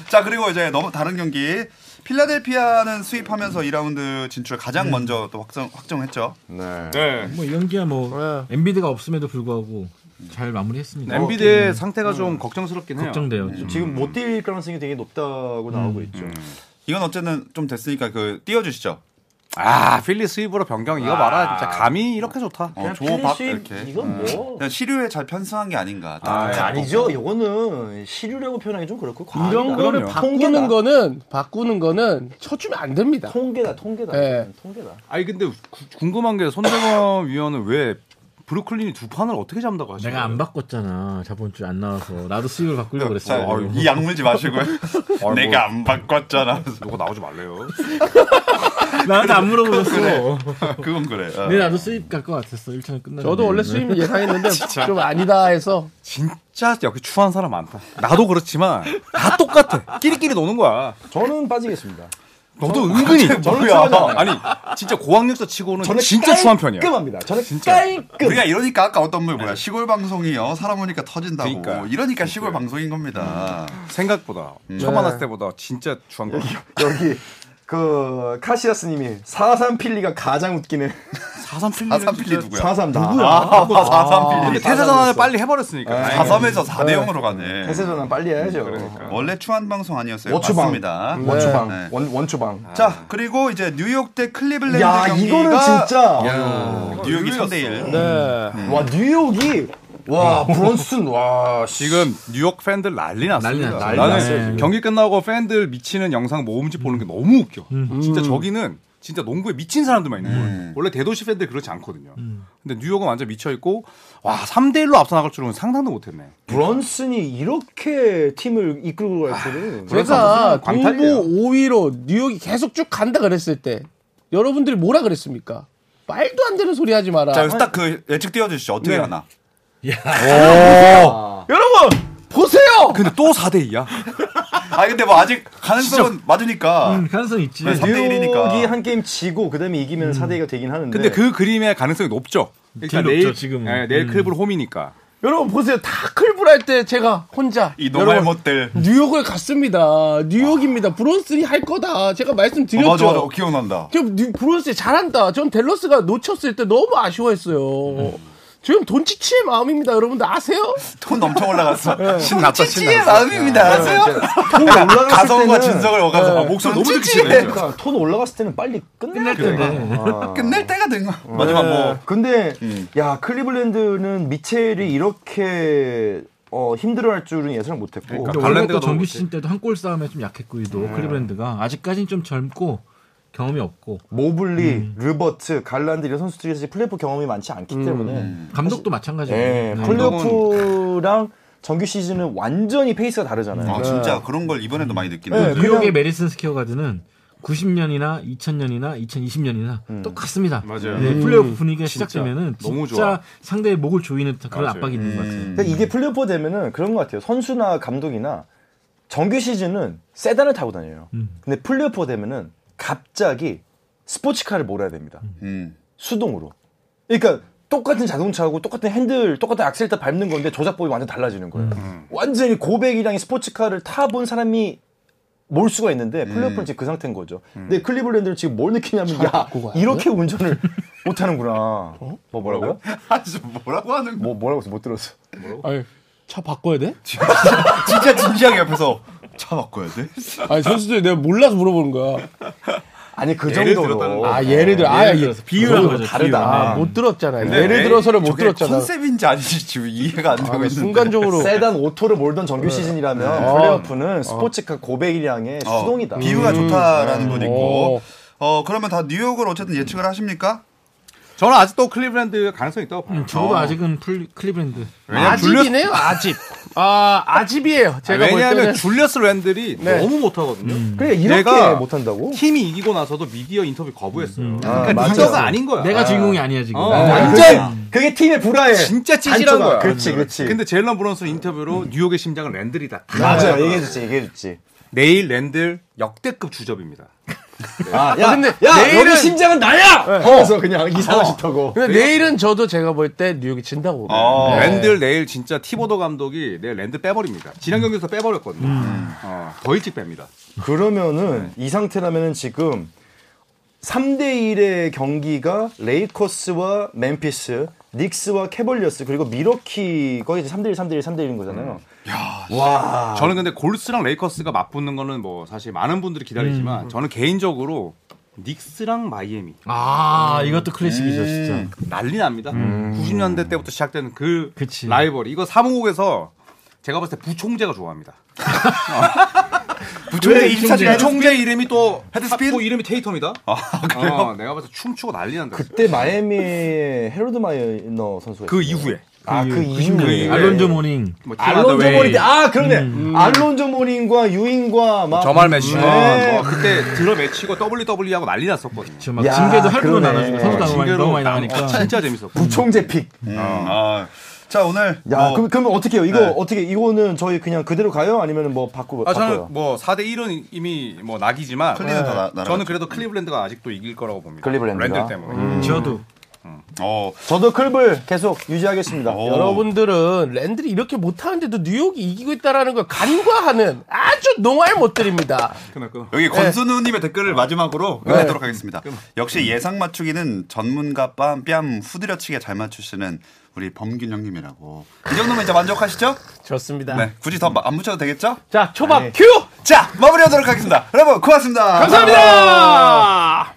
A: 자 그리고 이제 너무 다른 경기 필라델피아는 수입하면서 2라운드 진출 가장 먼저 또 확정 확정했죠.
E: 네.
C: 뭐 연기야 뭐 엔비드가 없음에도 불구하고 잘 마무리했습니다.
E: 엔비드의 상태가 좀 걱정스럽긴 해요.
C: 음. 걱정돼요.
B: 지금 못 뛸 가능성이 되게 높다고 나오고 있죠.
A: 이건 어쨌든 좀 됐으니까 그 띄워주시죠.
E: 아 필리 스윕으로 변경 이거 봐라 진짜 감이 이렇게 좋다.
A: 어, 조박
B: 필수입-
A: 이렇게
B: 이건 뭐
A: 그냥 시류에 잘 편승한 게 아닌가.
B: 그러니까 아니죠. 예. 이거는 시류라고 표현하기 좀 그렇고 과학이다.
D: 이런 거를
E: 그럼요.
D: 바꾸는
B: 통계다.
D: 거는, 바꾸는 거는 쳐주면 안 됩니다.
B: 통계다, 통계다. 음,
D: 네.
B: 통계다.
E: 아니 근데 구- 궁금한 게 손대범 위원은 왜 브루클린이 두 판을 어떻게 잡는다고 하시죠?
C: 내가 안 바꿨잖아. 저번 주에 안 나와서 나도 수입을 바꾸려고
E: 네.
A: 자,
C: 그랬어.
E: 아,
A: 어, 이 약물지 마시고요.
E: 뭐.
A: 내가 안 바꿨잖아.
E: 누가 나오지 말래요.
C: 나한테 안 물어보셨어.
A: 그건 그래. 어.
C: 내 나도 수입 갈 것 같았어. 1차는 네. 끝나.
D: 저도 원래 수입 예상했는데 좀 아니다 해서
E: 진짜 여기 추한 사람 많다. 나도 그렇지만 다 똑같아. 끼리끼리 노는 거야.
B: 저는 빠지겠습니다.
E: 너도 은근히
B: 저는 추하지 않아요.
E: 아니 진짜 고학력자 치고는
B: 저는
E: 진짜 추한 편이야.
B: 깔끔합니다. 저는
E: 진짜.
B: 깔끔.
A: 우리가 이러니까 아까 어떤 분 뭐야 시골 방송이요 어, 사람 오니까 터진다고
E: 그러니까.
A: 이러니까 시골 방송인 겁니다.
E: 음. 생각보다 처음 만났을 때보다 진짜 추한 거. 같아.
B: 여기 그 카시아스님이 43 필리가 가장 웃기네.
E: 사삼 필리는
A: 사삼필리
E: 진짜-
A: 누구야?
B: 43 나.
A: 아, 사삼필리.
E: 근데 태세 전환을 예, 빨리 해버렸으니까. 다행이네.
A: 4삼에서 4대 0으로 가네.
B: 대세 전환 빨리 해야죠.
A: 원래 추한 방송 아니었어요.
B: 원추방. 음.
A: 맞습니다.
B: 원초방.
A: 그러니까. 네.
B: 원 원초방.
A: 자 그리고 이제 뉴욕 대 클리블랜드
B: 야
A: 경기가
B: 아, 이거는 진짜
A: 뉴욕이 3대 1.
D: 네.
B: 와 뉴욕이 와 브론슨 와 씨.
E: 지금 뉴욕 팬들 난리 났습니다.
C: 난리 났죠. 난리
E: 나는
C: 났어요, 지금.
E: 경기 끝나고 팬들 미치는 영상 모음집 보는 게 너무 웃겨.
C: 음.
E: 진짜 저기는 진짜 농구에 미친 사람들만 있는 거예요. 원래 대도시 팬들 그렇지 않거든요. 근데 뉴욕은 완전 미쳐 있고 와 3대 1로 앞서 나갈 줄은 상상도 못했네.
B: 브런슨이 이렇게 팀을 이끌고 갈 줄은.
D: 제가
E: 그래서 무슨 광탈이에요.
D: 동부 5위로 뉴욕이 계속 쭉 간다 그랬을 때 여러분들이 뭐라 그랬습니까? 말도 안 되는 소리 하지 마라.
A: 자, 여기서 딱 그 예측 띄워주시죠. 어떻게 하나?
B: 아,
D: 어, 여러분 보세요.
E: 근데 또 4대 2야.
A: 아, 근데 뭐 아직 가능성은 맞으니까.
C: 음, 가능성 있지.
A: 네, 삼- 삼대 일이니까.
B: 뉴욕이 한 게임 지고 그다음에 이기면 4대2가 되긴 하는데.
E: 근데 그 그림의 가능성이 높죠.
C: 제일 높죠, 지금은.
E: 예, 내일 클브로 홈이니까.
D: 여러분 보세요. 다 클불 할 때 제가 혼자
A: 이
D: 여러분,
A: 노말못들. 어,
D: 뉴욕을 갔습니다. 뉴욕입니다. 브론슨이 할 거다. 제가 말씀드렸죠.
A: 어, 맞아, 맞아. 기억난다.
D: 저 뉴- 브론스 잘한다. 전 댈러스가 놓쳤을 때 너무 아쉬워했어요. 지금 돈치치의 마음입니다. 여러분들 아세요?
A: 톤 엄청 올라갔어. 신났다,
D: 찌찌의
A: 신났어. 네. 마음입니다. 아세요?
B: 톤 올라갔을
A: 가성과
B: 때는-
A: 진성을 얻어서 아, 목소리 너무 듣기 싫
B: 그러니까 톤 올라갔을 때는 빨리 끝내야 돼.
A: 끝낼 때가 된 거. 마지막 뭐
B: 근데 야 클리블랜드는 미첼이 이렇게 어, 힘들어할 줄은 예상 못했고
E: 그러니까.
C: 원래
E: 발렌드가
C: 또 정규
E: 너무 네. 못해.
C: 시즌 때도 한 골 싸움에 좀 약했고 이도 클리블랜드가 아직까지는 좀 젊고 경험이 없고
B: 모블리, 르버트, 갈란드 이런 선수들이 사실 플레이오프 경험이 많지 않기
A: 음.
B: 때문에
C: 감독도 마찬가지예요.
B: 예,
C: 네.
B: 플레이오프랑 정규 시즌은 완전히 페이스가 다르잖아요.
A: 아, 진짜 그런 걸 이번에도 많이
B: 네,
A: 느끼네.
C: 뉴욕의
B: 그냥-
C: 메리슨 스퀘어 가드는 90년이나 2000년이나 2020년이나
B: 음.
C: 똑같습니다.
E: 맞아요.
C: 네, 플레이오프 분위기가 시작되면은 진짜
E: 너무 좋아.
C: 상대의 목을 조이는 듯한 그런
E: 맞아요.
C: 압박이 있는 것 같아요.
B: 그러니까 이게 플레이오프 되면은 그런 것 같아요. 선수나 감독이나 정규 시즌은 세단을 타고 다녀요. 근데 플레이오프 되면은 갑자기 스포츠카를 몰아야 됩니다.
A: 음.
B: 수동으로. 그러니까 똑같은 자동차하고 똑같은 핸들, 똑같은 악셀 다 밟는 건데 조작법이 완전 달라지는 거예요. 완전히 고백이랑 이 스포츠카를 타본 사람이 몰 수가 있는데 플레이오프는 지금 그 상태인 거죠. 근데 클리블랜드는 지금 뭘 느끼냐면 야
D: 갖고 가야 돼?
B: 이렇게 운전을 못 하는구나. 뭐 뭐라고요?
A: 아, 진짜 뭐라고 하는 거?
B: 뭐 뭐라고 해서 못 들었어.
D: 아니, 차 바꿔야 돼?
A: 진짜 진지하게 옆에서 차 바꿔야 돼?
D: 아니 선수들 내가 몰라서 물어보는 거야.
B: 아니 그
A: 예를
B: 정도로.
A: 들었다는
D: 아 예를 들어 아
C: 예를
D: 예,
C: 들어서 비유한 거죠.
B: 다르다.
D: 아, 못 들었잖아요.
A: 근데
D: 예를
A: 에이,
D: 들어서를 못
A: 저게
D: 들었잖아.
A: 컨셉인지 아닌지 지금 이해가 안 되고
D: 아,
A: 있는데.
D: 순간적으로
B: 세단 오토를 몰던 정규 시즌이라면 플레이오프는 스포츠카 고백이랑의
A: 어,
B: 수동이다. 음.
A: 비유가 좋다라는 건 있고.
D: 오.
A: 어 그러면 다 뉴욕을 어쨌든 예측을 하십니까?
E: 저는 아직도 클리블랜드 가능성이 있다고 봐요.
C: 음, 적어도 아직은 플- 클리블랜드.
E: 왜냐면
D: 아집이네요. 아집. 아 아집이에요. 제가 볼
E: 왜냐하면
D: 때는
E: 줄리어스 랜들이
C: 네.
E: 너무 못하거든요.
B: 그래 그러니까 이렇게
E: 내가
B: 못한다고?
E: 팀이 이기고 나서도 미디어 인터뷰
B: 아,
E: 거부했어요. 그러니까
B: 맞아요.
E: 리더가 아닌 거야. 네.
C: 내가 주인공이 아니야 지금.
E: 어.
B: 완전 그게 팀의 불화에
E: 진짜 찌질한 거야.
B: 그렇지, 그렇지. 음.
E: 근데 제일런 브론슨 인터뷰로 뉴욕의 심장은 랜들이다. 다
B: 맞아요. 네. 얘기해줬지, 얘기해줬지.
E: 내일 랜들 역대급 주접입니다.
B: 아, 야,
D: 근데
B: 야,
D: 내일은-
B: 여기 심장은 나야! 어. 그래서 그냥 이상하시다고.
D: 근데 내일은 저도 제가 볼 때 뉴욕이 진다고.
A: 어.
E: 랜들 내일 진짜 티보더 감독이 내일 랜들 빼버립니다. 지난 경기에서 빼버렸거든요.
B: 음.
E: 어, 더 일찍 뺍니다.
B: 그러면은, 이 상태라면은 지금, 3대1의 경기가 레이커스와 멤피스, 닉스와 캐벌리어스, 그리고 미러키, 거기 이제 3대1, 3대1, 3대1인 거잖아요. 아.
E: 저는 근데 골스랑 레이커스가 맞붙는 거는 뭐 사실 많은 분들이
B: 음.
E: 기다리지만 저는 개인적으로 닉스랑 마이애미
C: 아 이것도
B: 음.
C: 클래식이죠 진짜.
B: 그
E: 난리 납니다. 90년대 때부터 시작되는 그
C: 그치.
E: 라이벌이 이거 사무국에서 제가 봤을 때 부총재가 좋아합니다.
A: 부총재
E: 부총재,
A: 1차전
E: 이름이 또
A: 헤드스피드? 아,
E: 또 이름이 테이텀이다. 어, 내가 봤을 때 춤추고 난리 난다. 그,
B: 그때 마이애미의 헤로드 마이너 선수가.
E: 그
B: 있어요.
E: 이후에
B: 아, 그
E: 그
B: 이후에.
E: 이후에.
C: 알론조 모닝.
E: 뭐 팀
B: 알론조
E: 하더웨이,
B: 모닝 때, 아, 그러네. 알론조 모닝과 유인과 막.
E: 음. 저말 매치.
B: 네.
E: 뭐 그때 들어 매치고 WWE 하고 난리 났었거든요.
C: 지금 막
B: 야,
C: 징계도 할부로
B: 그러네.
C: 나눠주고 선수도 많이- 너무 많이 나가니까.
E: 어, 진짜 재밌어.
B: 부총재 픽.
A: 아, 자 오늘
B: 야,
A: 뭐
B: 그럼, 그럼 어떻게 해요? 이거
A: 네.
B: 어떻게, 이거는 저희 그냥 그대로 가요? 아니면 뭐 바꾸,
E: 아,
B: 바꿔요?
E: 저는 뭐 4대 1은 이미 뭐 낙이지만
A: 클리는 다 나-
E: 저는
A: 날아갔죠.
E: 그래도 클리블랜드가 아직도 이길 거라고 봅니다.
B: 클리블랜드가? 음.
E: 랜들 때문에.
C: 저도
A: 어,
B: 저도 클블 계속 유지하겠습니다.
A: 오.
D: 여러분들은 랜들이 이렇게 못하는데도 뉴욕이 이기고 있다라는 걸 간과하는 아주 농알 못들입니다.
E: 끊어, 끊어.
A: 여기 권순우님의
E: 네.
A: 댓글을 마지막으로 네. 끝내도록 네. 하겠습니다. 역시 예상 맞추기는 전문가 뺨뺨 후드려치게 잘 맞추시는 우리 범균 형님이라고 이 정도면 이제 만족하시죠?
D: 좋습니다.
A: 네, 굳이 더 안 붙여도 되겠죠?
D: 자 초밥
B: 네.
D: 큐
A: 자 마무리하도록 하겠습니다. 여러분 고맙습니다.
D: 감사합니다.